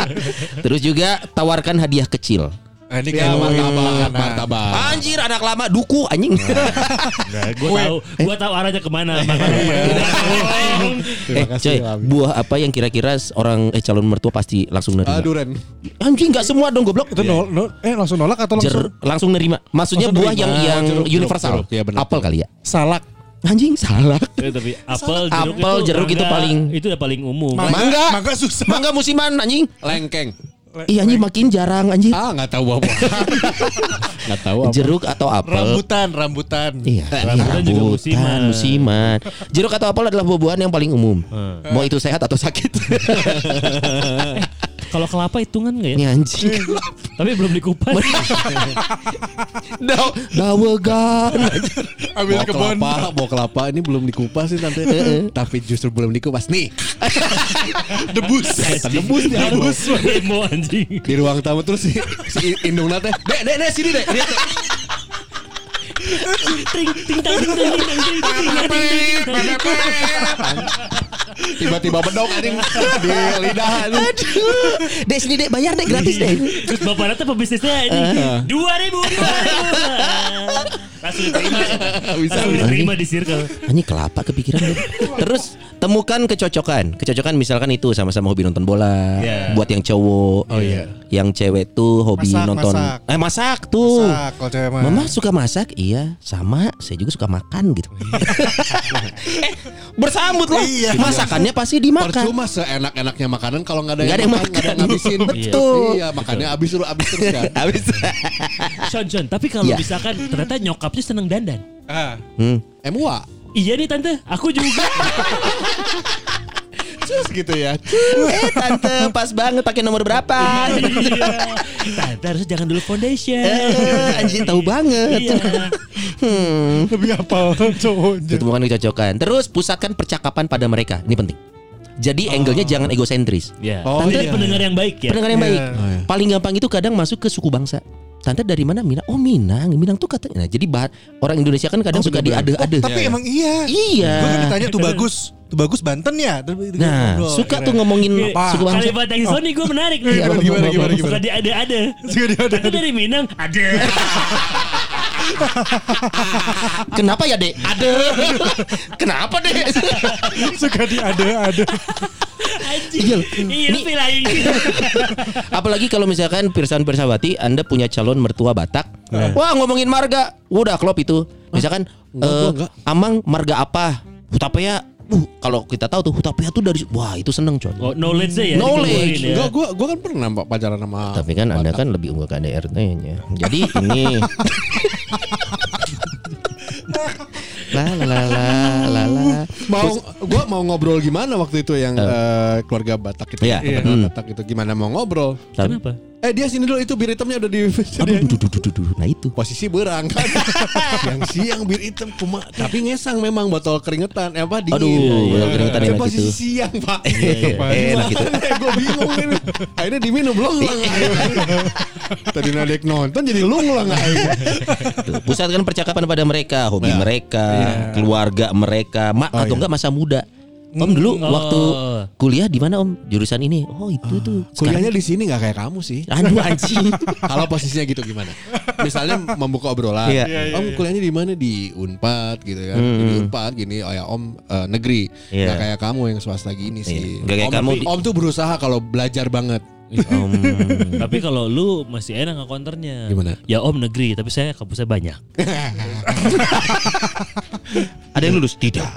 D: <laughs>
C: Terus juga tawarkan hadiah kecil
B: Ah, ini
D: ya
B: kayak
D: martabak martabak
C: Anjir anak lama duku anjing
A: gue tahu, gue tahu arahnya kemana.
C: Iya.
A: makanya tolong.
D: Terima
C: <laughs> Eh
D: kasih,
C: coy
D: Lami.
C: buah apa yang kira-kira orang eh, calon mertua pasti langsung
D: Ah,
C: nerima
D: duren
C: Anjing gak semua dong goblok
B: Itu
D: Iya.
B: nol, nol- eh langsung nolak atau
C: Jer,
B: langsung
C: langsung nerima Maksudnya
B: Langsung
C: buah
B: nerima.
C: yang
D: Oh,
C: yang
D: jeruk, jeruk,
C: universal
D: jeruk. Iya, benar.
C: Apel kali ya
B: salak?
C: Anjing
D: <laughs>
C: salah
A: Eh, tapi apel, jeruk,
C: Apel,
A: itu,
C: jeruk itu
A: mangga,
C: paling-
A: itu udah paling umum. <laughs>
C: Mangga.
B: Mangga susah.
C: Mangga musiman anjing
D: lengkeng
C: Iya anjing makin jarang anjing
D: ah nggak tahu
A: <laughs>
D: apa nggak tahu apa Eh,
C: Jeruk atau apel
B: Rambutan, rambutan.
C: Iya,
A: Rambutan juga musiman.
C: rambutan, musiman. Jeruk atau apel adalah buah-buahan yang paling umum.
D: Eh.
C: Mau itu sehat atau
D: <laughs>
C: sakit.
A: Eh, Kalau kelapa hitungan nggak ya?
C: Ini anjing.
D: Iya.
A: Tapi belum dikupas.
C: Daw- Dawegan.
B: Ambil
D: Bawa
B: kebun.
D: kelapa, bawa kelapa ini belum dikupas sih tante. Tapi justru belum dikupas nih.
B: Debus.
D: Tembus nih
A: Debus demo anjing.
D: Di ruang tamu terus si, si Indung nate. Dek, dek, dek sini dek. Lihat, Dek."
A: Ting ting tang ting tang ting tang ting tang, ting, ting, ting, ting, ting.
D: Tiba-tiba bedok anjing di lidah anjing.
C: Dek sini dek bayar dek gratis deh.
A: Terus bapak rata pebisnisnya ini dua ribu dua
C: <laughs>
A: ribu. Langsung diterima. Langsung diterima di circle.
C: Anjing Ah, kelapa kepikiran
B: <laughs>
C: deh. Terus temukan kecocokan. Kecocokan misalkan itu sama-sama hobi nonton bola.
A: Iya.
C: Buat yang cowok. Oh
B: iya.
C: Yang cewek tuh hobi
B: Masak,
C: nonton.
B: masak.
C: Eh masak tuh.
B: Masak, kalau cewek mah.
C: Mama suka masak, iya sama. Saya juga suka makan gitu. <laughs> Eh, Bersambut lah.
B: Iya.
C: Masakannya pasti dimakan.
D: Percuma seenak-enaknya makanan kalau nggak ada
C: Nggak ada
D: yang
C: yang
D: makan, nggak ada yang
C: makan.
D: ngabisin.
C: Betul.
D: Iya, makannya habis terus habis terus
A: <laughs>
D: kan.
C: Habis.
A: Sean Sean, tapi kalau
C: Iya.
A: misalkan ternyata nyokapnya seneng dandan.
B: Ah, <laughs>
C: Hmm.
D: Emua.
A: Iya nih tante, aku juga.
D: Terus gitu ya.
C: Eh tante pas banget pakai nomor berapa?
A: Iya. Tante harus jangan dulu foundation.
C: Eh, Anjing tahu banget.
A: Iya.
C: <laughs> Hmm.
B: lebih apa <laughs> cowoknya?
C: Ditemukan kecocokan. Terus pusatkan percakapan pada mereka. Ini penting. Jadi angle-nya jangan egosentris.
A: Iya.
B: Oh,
A: Tante
B: iya.
A: pendengar yang baik ya.
C: Pendengar yang
B: Iya.
C: baik.
B: Oh,
D: iya.
C: Paling gampang itu kadang masuk ke suku bangsa. Tante dari mana Minang? Oh Minang, Minang tuh katanya. Nah, jadi bah- orang Indonesia kan kadang suka
B: Oh,
C: diade-ade.
B: Tapi emang iya.
C: Iya.
B: Gue kan ditanya tuh bagus. Tuh bagus Banten ya. Terus gitu
C: Nah,
B: ngobrol,
C: suka
B: akhirnya.
C: tuh ngomongin
A: Iya.
C: suku bangsa.
A: Kalimat yang Sony gue menarik nih.
B: Iya, gimana, gimana, gimana,
A: Suka
B: gimana?
A: dia ada-ada.
B: Suka diade-ade.
A: Tante dari Minang, ada.
C: Kenapa ya, Dek? Ade.
B: <laughs>
C: Kenapa, Dek?
B: suka diade-ade.
A: Anjing.
C: Iya.
A: Iya,
C: Nih.
A: lebih lain.
C: Apalagi kalau misalkan Pirsan Pirsawati Anda punya calon mertua Batak. Wah, ngomongin marga. Udah klop itu. Misalkan
D: Enggak,
C: eh,
D: gua enggak.
C: Amang marga apa? Hutapea. Uh, kalau kita tahu tuh Hutapea tuh dari wah, itu seneng, coy.
A: Oh, knowledge-nya ya.
C: Knowledge.
A: dikumpulin ya.
D: Enggak, gua gua kan pernah Pak, pacaran sama
C: Tapi kan Anda kan lebih unggul ke ADRT-nya. Jadi
A: <laughs>
C: ini La la la la la.
D: mau gua mau ngobrol gimana waktu itu yang eh, keluarga Batak itu
C: Iya.
D: Keluarga
C: Hmm.
D: Batak itu gimana mau ngobrol
C: Tapi-
A: Kenapa?
D: Eh dia sini dulu itu bir hitamnya udah di <laughs>
C: Aduh, duh, duh, duh, duh, duh. Nah itu.
D: posisi berang
C: <laughs>
D: kan. Siang-siang bir hitam cuma tapi ngesang memang botol keringetan eh, apa dingin.
C: Aduh, iya, botol keringetan
D: Tapi
C: enak
D: posisi
C: gitu.
D: siang, Pak.
C: Enak
D: <laughs>
C: gitu.
D: gue bingung ini. Akhirnya diminum belum lah.
C: <laughs>
D: Tadi nadek nonton jadi lungleng aja.
C: Tuh, Pusatkan percakapan pada mereka, hobi mereka, keluarga mereka, mak atau enggak masa muda. Om dulu
A: Oh.
C: waktu kuliah di mana Om? Jurusan ini. Oh, itu tuh.
B: Ah,
C: Sekarang-
D: Kuliahnya di sini nggak kayak kamu sih.
C: Aduh anjing.
D: Kalau posisinya gitu gimana? Misalnya membuka obrolan.
C: Iya. Hmm.
D: Om kuliahnya di mana di Unpad gitu kan. Di Unpad gini oh ya Om eh, negeri.
C: Iya.
D: Nggak kayak kamu yang swasta gini sih.
C: Nggak kayak
D: om,
C: kamu Iya. di-
D: om tuh berusaha kalau belajar banget.
C: Om.
A: Tapi kalau lu masih enak konternya.
D: Gimana?
A: Ya om negeri, tapi saya kampusnya banyak.
C: <laughs> Ada yang lulus? Tidak.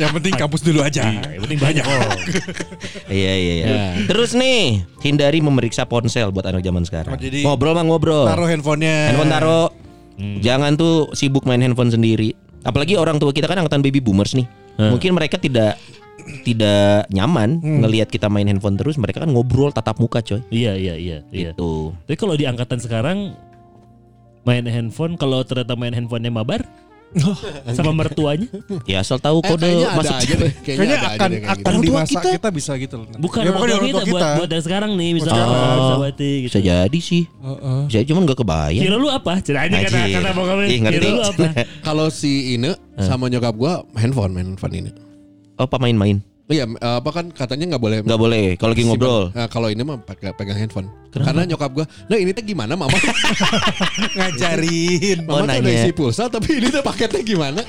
B: Yang penting kampus dulu aja.
A: Yang penting banyak om.
C: Iya iya iya. Terus nih, hindari memeriksa ponsel buat anak zaman sekarang.
B: Oh, jadi-
C: ngobrol mah ngobrol.
B: Taruh handphonenya.
C: handphone taruh. Jangan tuh sibuk main handphone sendiri. Apalagi orang tua kita kan angkatan baby boomers nih. Mungkin mereka tidak tidak nyaman ngelihat kita main handphone terus. Mereka kan ngobrol tatap muka coy.
A: Iya iya iya. iya.
C: Gitu.
A: Tapi kalau di angkatan sekarang main handphone, kalau ternyata main handphonenya mabar
B: Oh.
A: sama mertuanya,
C: Ya asal tahu
D: Eh,
C: kode
D: kayaknya ada
C: masuk.
D: aja deh.
B: Kayaknya
D: ada aja
B: akan
D: deh kayak
B: akan
D: gitu.
B: di
C: gitu. Orang tua
B: masa
C: kita-
B: kita. bisa gitu loh.
A: bukan
B: ya, bukan
A: orang
B: orang
A: tua
B: tua
A: kita,
B: kita. Oh.
A: buat, buat dari sekarang nih, misalkan
C: sekarang.
A: orang Saraswati gitu.
C: Bisa jadi sih. Bisa jadi cuman gak kebayang.
A: Kira lu apa? Ceranya kata
C: Anjir.
A: kata bokap lu,
C: Ih, ngerti.
A: Kira lu apa? Eh,
D: Kalau si
C: Eh.
D: Ine sama nyokap gua handphone main handphone ini.
C: Oh, <laughs> apa main-main?
D: Iya, eh, apa kan katanya nggak boleh
C: Gak boleh kalau lagi
D: Si-
C: ngobrol.
D: eh, kalau ini mah pakai pegang handphone. Karena nyokap gua, "Nah, ini teh gimana,
C: <laughs>
D: Mama?"
A: <laughs>
B: Ngajarin.
D: Mama tuh
C: Oh,
D: udah
C: nanya.
D: isi pulsa tapi ini tuh paketnya gimana?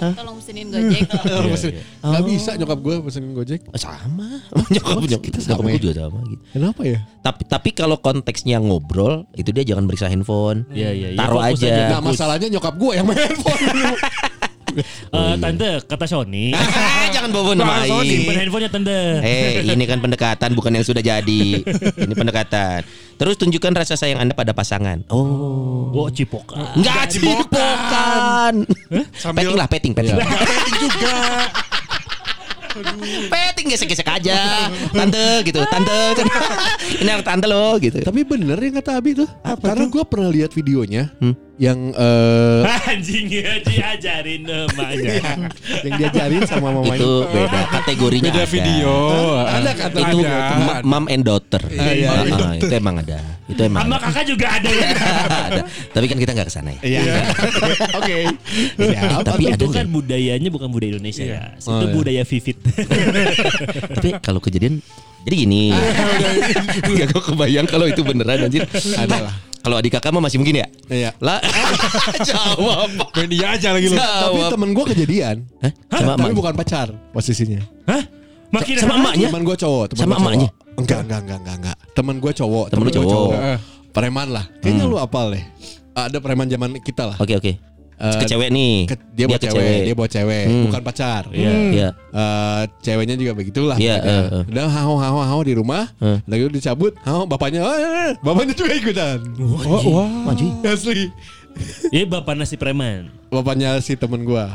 E: Tolong pesenin gojek.
C: <laughs>
D: Pesen- Nggak bisa nyokap gue pesenin Gojek.
C: Oh, sama <laughs> nyokap nyokap kita sama
D: sama ya?
C: juga sama gitu
D: Kenapa ya?
C: tapi tapi kalau konteksnya ngobrol itu dia jangan meriksa handphone
A: Iya, iya, iya.
C: taruh
A: Fokus aja.
C: aja, <laughs>
D: Nah masalahnya nyokap gue yang main handphone.
C: Oh, iya.
A: Eh, tante, kata Sony. Oh,
C: Ah, jangan bawa
A: Simpen
C: main
A: handphonenya tante.
C: Eh, ini kan pendekatan bukan yang sudah jadi. Ini pendekatan. Terus tunjukkan rasa sayang Anda pada pasangan. Oh.
A: Oh, cipokan.
C: Enggak cipokan.
B: Sambil-
C: Petting lah, petting, petting.
D: Iya.
B: juga.
C: <laughs> petting gesek-gesek aja. Tante gitu, tante. <laughs> ini anak tante loh gitu.
D: tapi bener yang kata Abi tuh. Karena gue pernah lihat videonya yang eh,
A: <laughs> Anjing ya diajarin
B: Iya.
A: namanya.
D: yang diajarin sama mamanya.
C: itu Oh beda kategorinya
B: Beda
C: ada.
B: video.
D: Ada kata
C: itu ma- mom and daughter
D: iya,
C: Ah,
D: iya.
C: ah, itu emang ada itu emang
A: Sama
C: ada.
A: kakak juga ada ya.
C: Iya. Ada. <laughs> tapi kan kita nggak kesana ya
D: Iya. Oke. Siap.
C: tapi ada
A: itu
C: nggak?
A: kan budayanya bukan budaya Indonesia
B: Iya.
A: ya.
B: Oh,
A: Itu budaya vivid.
C: tapi kalau kejadian jadi
D: <laughs>
C: gini nggak gue kebayang kalau itu beneran anjir Nah,
D: Ada lah.
C: kalau adik kakak mah masih mungkin ya
D: Iya. <laughs>
C: lah <laughs> jawab
B: Main dia aja lagi lu.
D: Tapi
C: jawab
D: temen gue kejadian.
C: Hah?
D: Tapi
C: sama emak
D: bukan pacar posisinya.
A: <laughs> Hah? Makin
C: sama emaknya
D: Temen gue cowok. Temen
C: Sama
D: gua cowok.
C: emaknya?
D: Enggak, enggak, enggak, enggak, enggak. Temen gue cowok.
C: Temen lu
D: gua
C: cowok.
B: Heeh.
D: Preman lah. Kayaknya lu apal deh. Ada preman zaman kita lah.
C: oke oke
D: Eh,
C: ke cewek nih
D: Ke- dia buat
C: ke
D: cewek, dia buat cewek,
C: Hmm.
D: bukan pacar. Eh,
C: Iya.
D: ceweknya juga begitulah.
C: Iya,
D: pokoknya.
C: eh, eh.
D: Udah hao hao hao di rumah,
C: Eh.
D: lalu dicabut, hao bapaknya, "Eh, eh, eh." bapaknya juga ikutan. Oh,
B: Wah, wah.
C: Maju.
D: Asli,
A: Iya bapak nasi preman.
D: bapaknya si temen gua.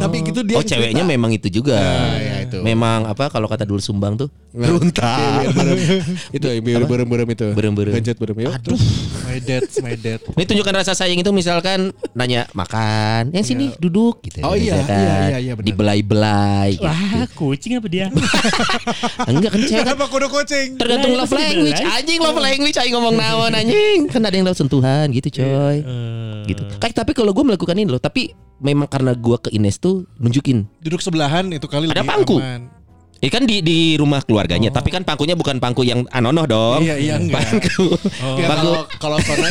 D: Tapi gitu dia
C: oh
D: cerita.
C: ceweknya memang itu juga
D: Nah, ya itu. Nah,
C: memang apa kalau kata dulu sumbang tuh
D: Runta.
C: <laughs>
D: itu biar berem berem itu.
C: Berem-berem.
D: Gencet berem yuk. Aduh.
B: My dad, my dad.
C: Ini tunjukkan rasa sayang itu misalkan nanya makan, yang sini duduk gitu.
D: Oh iya,
C: misalkan.
D: iya, iya, iya, benar.
C: Dibelai-belai. gitu.
A: Wah, Ya, kucing apa dia?
C: Enggak kan
D: <laughs>
C: cewek kan
B: Kenapa kudu kucing?
C: tergantung
A: Lah,
C: love
A: itu
C: language.
A: dibelai.
C: Anjing love language aing ngomong naon anjing. Kan ada yang love sentuhan
D: Iya.
C: gitu, coy.
A: Eh,
C: Gitu. Kayak tapi kalau gue melakukan ini loh, tapi memang karena gua ke Ines tuh nunjukin.
B: Duduk sebelahan itu kali
C: Ada
B: lebih
C: pangku.
B: aman.
C: Eh kan di di rumah keluarganya,
D: Oh.
C: tapi kan pangkunya bukan pangku yang anonoh dong.
B: Iya, iya, enggak.
C: Oh. Pangku.
D: Ya,
C: Pangku.
D: kalau kalau sono
C: <laughs>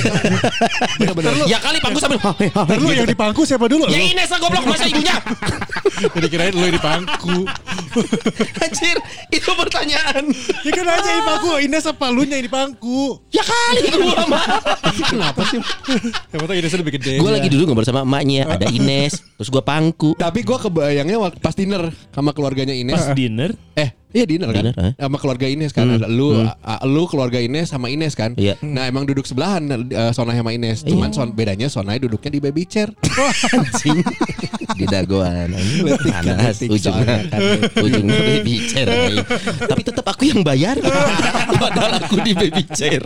D: itu bener-bener
C: Ya kali pangku sambil
B: Ntar Kan lu yang di pangku siapa dulu?
C: Ya
B: Lu.
C: Ines lah goblok masa ibunya.
B: Jadi kirain lu di pangku.
C: <laughs> Anjir, itu pertanyaan.
B: Ya kan aja di pangku. Ines apa lu yang di pangku?
C: Ya kali gua mah.
D: kenapa sih?
B: Yang penting Ines lebih gede. Iya.
C: Gue lagi duduk ngobrol sama emaknya, ada Ines, terus gue pangku. eh.
D: Tapi gua kebayangnya waktu pas dinner sama keluarganya Ines.
A: Pas dinner,
D: Eh, Iya dinner kan.
C: Dinner, eh. Hmm.
D: Sama keluarga Ines kan. Ada lu, a- lu keluarga Ines sama Ines kan.
C: Iya.
D: Nah, emang duduk sebelahan eh, Sonai sama Ines. Cuman son- bedanya Sonai duduknya di baby chair.
C: anjing di dagoan panas
D: letik
C: ujungnya
D: soalnya kan.
C: ujungnya baby chair anjing. tapi tetap aku yang bayar padahal aku di baby chair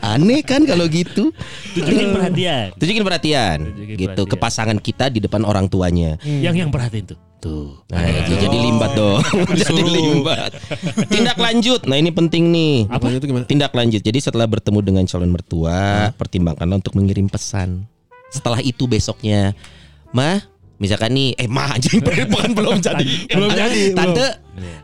C: aneh kan kalau gitu
A: Tunjukin perhatian.
C: tunjukin perhatian
A: Tunjukin
C: gitu
A: perhatian.
C: ke pasangan kita di depan orang tuanya
A: Yang yang perhatiin tuh. Tuh.
C: Nah, itu
B: iya.
C: jadi limbat
B: <laughs>
C: dong. jadi limbat. Tindak lanjut. Nah, ini penting nih.
D: Apanya itu gimana?
C: Tindak lanjut. Jadi setelah bertemu dengan calon mertua, pertimbangkanlah untuk mengirim pesan. Setelah itu besoknya, mah, misalkan nih, eh mah anjing
B: <laughs>
C: bukan belum jadi.
B: Belum Iya. jadi,
C: Tante,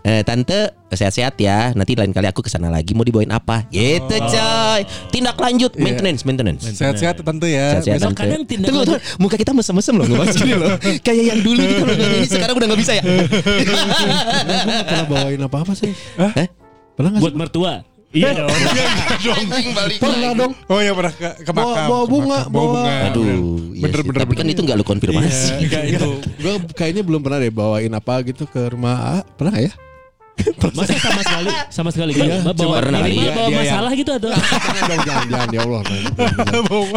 C: eh, tante sehat-sehat ya. Nanti lain kali aku kesana lagi mau dibawain apa? Gitu
B: Oh.
C: coy. Tindak lanjut
B: Iya.
C: maintenance, maintenance.
B: Sehat-sehat tentu ya.
C: Sehat-sehat, <laughs>
B: Besok-
A: Tante. kadang tindak
C: Tunggu,
A: lanjut-
C: tunggu. muka kita mesem-mesem loh ngebahas ini
A: <laughs>
C: loh. Kayak yang dulu kita udah ini sekarang udah nggak bisa ya.
D: Gue gak pernah bawain apa-apa sih.
C: Hah?
D: Pernah gak sih?
A: Buat mertua. Iya dong.
D: Pernah dong.
B: Oh ya pernah ke, ke
D: Bawa-
B: makam.
D: bawa
B: ke
D: bunga,
B: makam, bawa
D: bawa-
B: bunga.
C: Aduh, iya
B: Bener,
C: sih.
B: bener,
C: tapi kan itu nggak lu konfirmasi.
B: <laughs> Iya, enggak itu.
D: Gue kayaknya belum pernah deh bawain apa gitu ke rumah A. Pernah <laughs> nggak ya?
A: Masa sama sekali sama sekali iya, bawa,
C: pernah
A: ini
C: kali
A: mah
C: ya,
A: bawa
D: dia yang-
A: masalah gitu atau
D: jangan, dong, jangan, jangan, ya Allah.
C: Iya.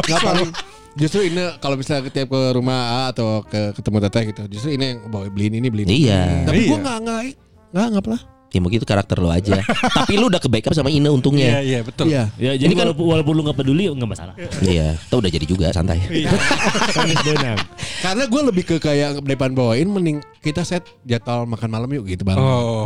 D: Gak paling Justru ini kalau misalnya tiap ke rumah A atau ke ketemu teteh gitu, justru ini yang bawa beliin ini beliin. ini.
C: Iya.
D: Tapi
B: Iya.
D: gue nggak nggak nggak nggak pernah.
C: Ya mungkin itu karakter lo
A: <laughs>
C: aja. tapi lu udah ke backup sama Ine
B: Iya,
C: untungnya.
B: iya, betul.
D: Iya.
A: Ya jadi
C: Ini kan-
A: walaupun, walaupun lu gak peduli gak masalah
C: Iya. Tau udah jadi juga santai.
A: Iya.
D: Karena gue lebih ke kayak depan bawain mending kita set jadwal makan malam yuk gitu bareng.
B: Oh.
A: Oh.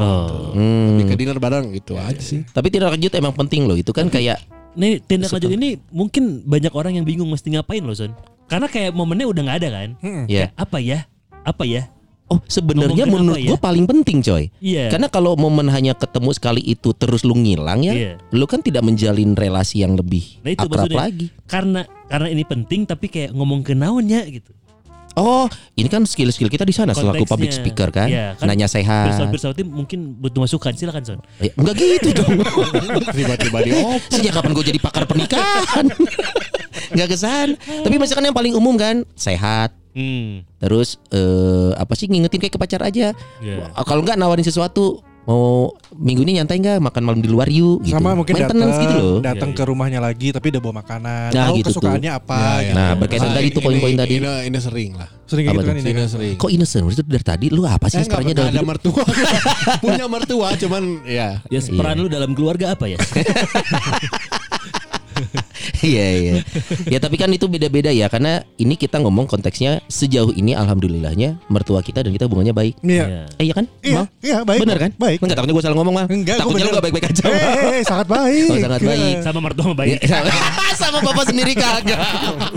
D: Lebih
C: <laughs> Hmm.
D: ke dinner bareng gitu aja sih.
C: Tapi tindak lanjut emang penting loh. Itu kan kayak
A: Nih tindak lanjut ini mungkin banyak orang yang bingung mesti ngapain loh Son Karena kayak momennya udah gak ada kan
C: ya.
A: Apa ya? Apa ya?
C: Oh, sebenarnya
A: Ngomongin
C: menurut
A: apa ya?
C: gua paling penting, coy.
A: Iya
C: Karena kalau momen hanya ketemu sekali itu terus lu ngilang ya,
A: Iya.
C: lu kan tidak menjalin relasi yang lebih
A: Nah, itu
C: akrab
A: maksudnya.
C: lagi.
A: Karena karena ini penting tapi kayak ngomong ke naonnya gitu
C: Oh, ini kan skill-skill kita di sana selaku
A: Konteksnya.
C: public speaker kan,
A: Iya, kan
C: nanya sehat.
A: Bersama-bersama tim mungkin butuh masukan silakan Son
C: Ya, enggak gitu dong.
A: <laughs>
D: Tiba-tiba di oh
C: Sejak kapan gue jadi pakar pernikahan? <laughs> Enggak kesan. Tapi misalkan yang paling umum kan sehat.
A: Hmm
C: Terus eh, apa sih ngingetin kayak ke pacar aja.
A: Iya.
C: Kalau enggak nawarin sesuatu mau minggu ini nyantai enggak makan malam di luar yuk gitu.
B: Sama mungkin datang
C: Maintenance gitu loh.
B: datang
A: Iya,
B: ke rumahnya lagi tapi udah bawa makanan.
C: Nah,
B: Tahu
C: gitu
B: kesukaannya apa gitu.
C: Nah, berkaitan
D: Nah,
C: tadi tuh
D: ini-
C: poin-poin tadi.
D: Ini, ini sering lah.
B: Sering kayak
C: Apa
B: gitu kan
C: tuh? Iya.
B: ini.
D: Ini sering.
C: Kok innocent itu dari tadi lu apa sih
D: Saya nggak
C: sebenarnya
D: pernah
C: dalam
D: ada
C: hidup?
D: mertua. <laughs> Punya mertua cuman ya.
A: Ya peran lu dalam keluarga apa ya?
C: Iya iya. Ya tapi kan itu beda-beda ya karena ini kita ngomong konteksnya sejauh ini alhamdulillahnya mertua kita dan kita hubungannya baik.
B: Iya.
A: Iya.
C: Eh iya kan?
B: Iya,
C: Mal?
B: iya, baik.
C: Bener kan?
B: Baik.
C: Enggak takutnya gue salah ngomong mal.
B: Enggak, gua
C: takutnya lu
B: bener.
C: gak baik-baik aja.
B: Eh,
C: Mal.
B: eh, Iya. eh, sangat baik.
C: Oh, sangat baik. <laughs>
A: Sama Iya. mertua sama bayi
C: Ya, sama- sama bapak sendiri kagak.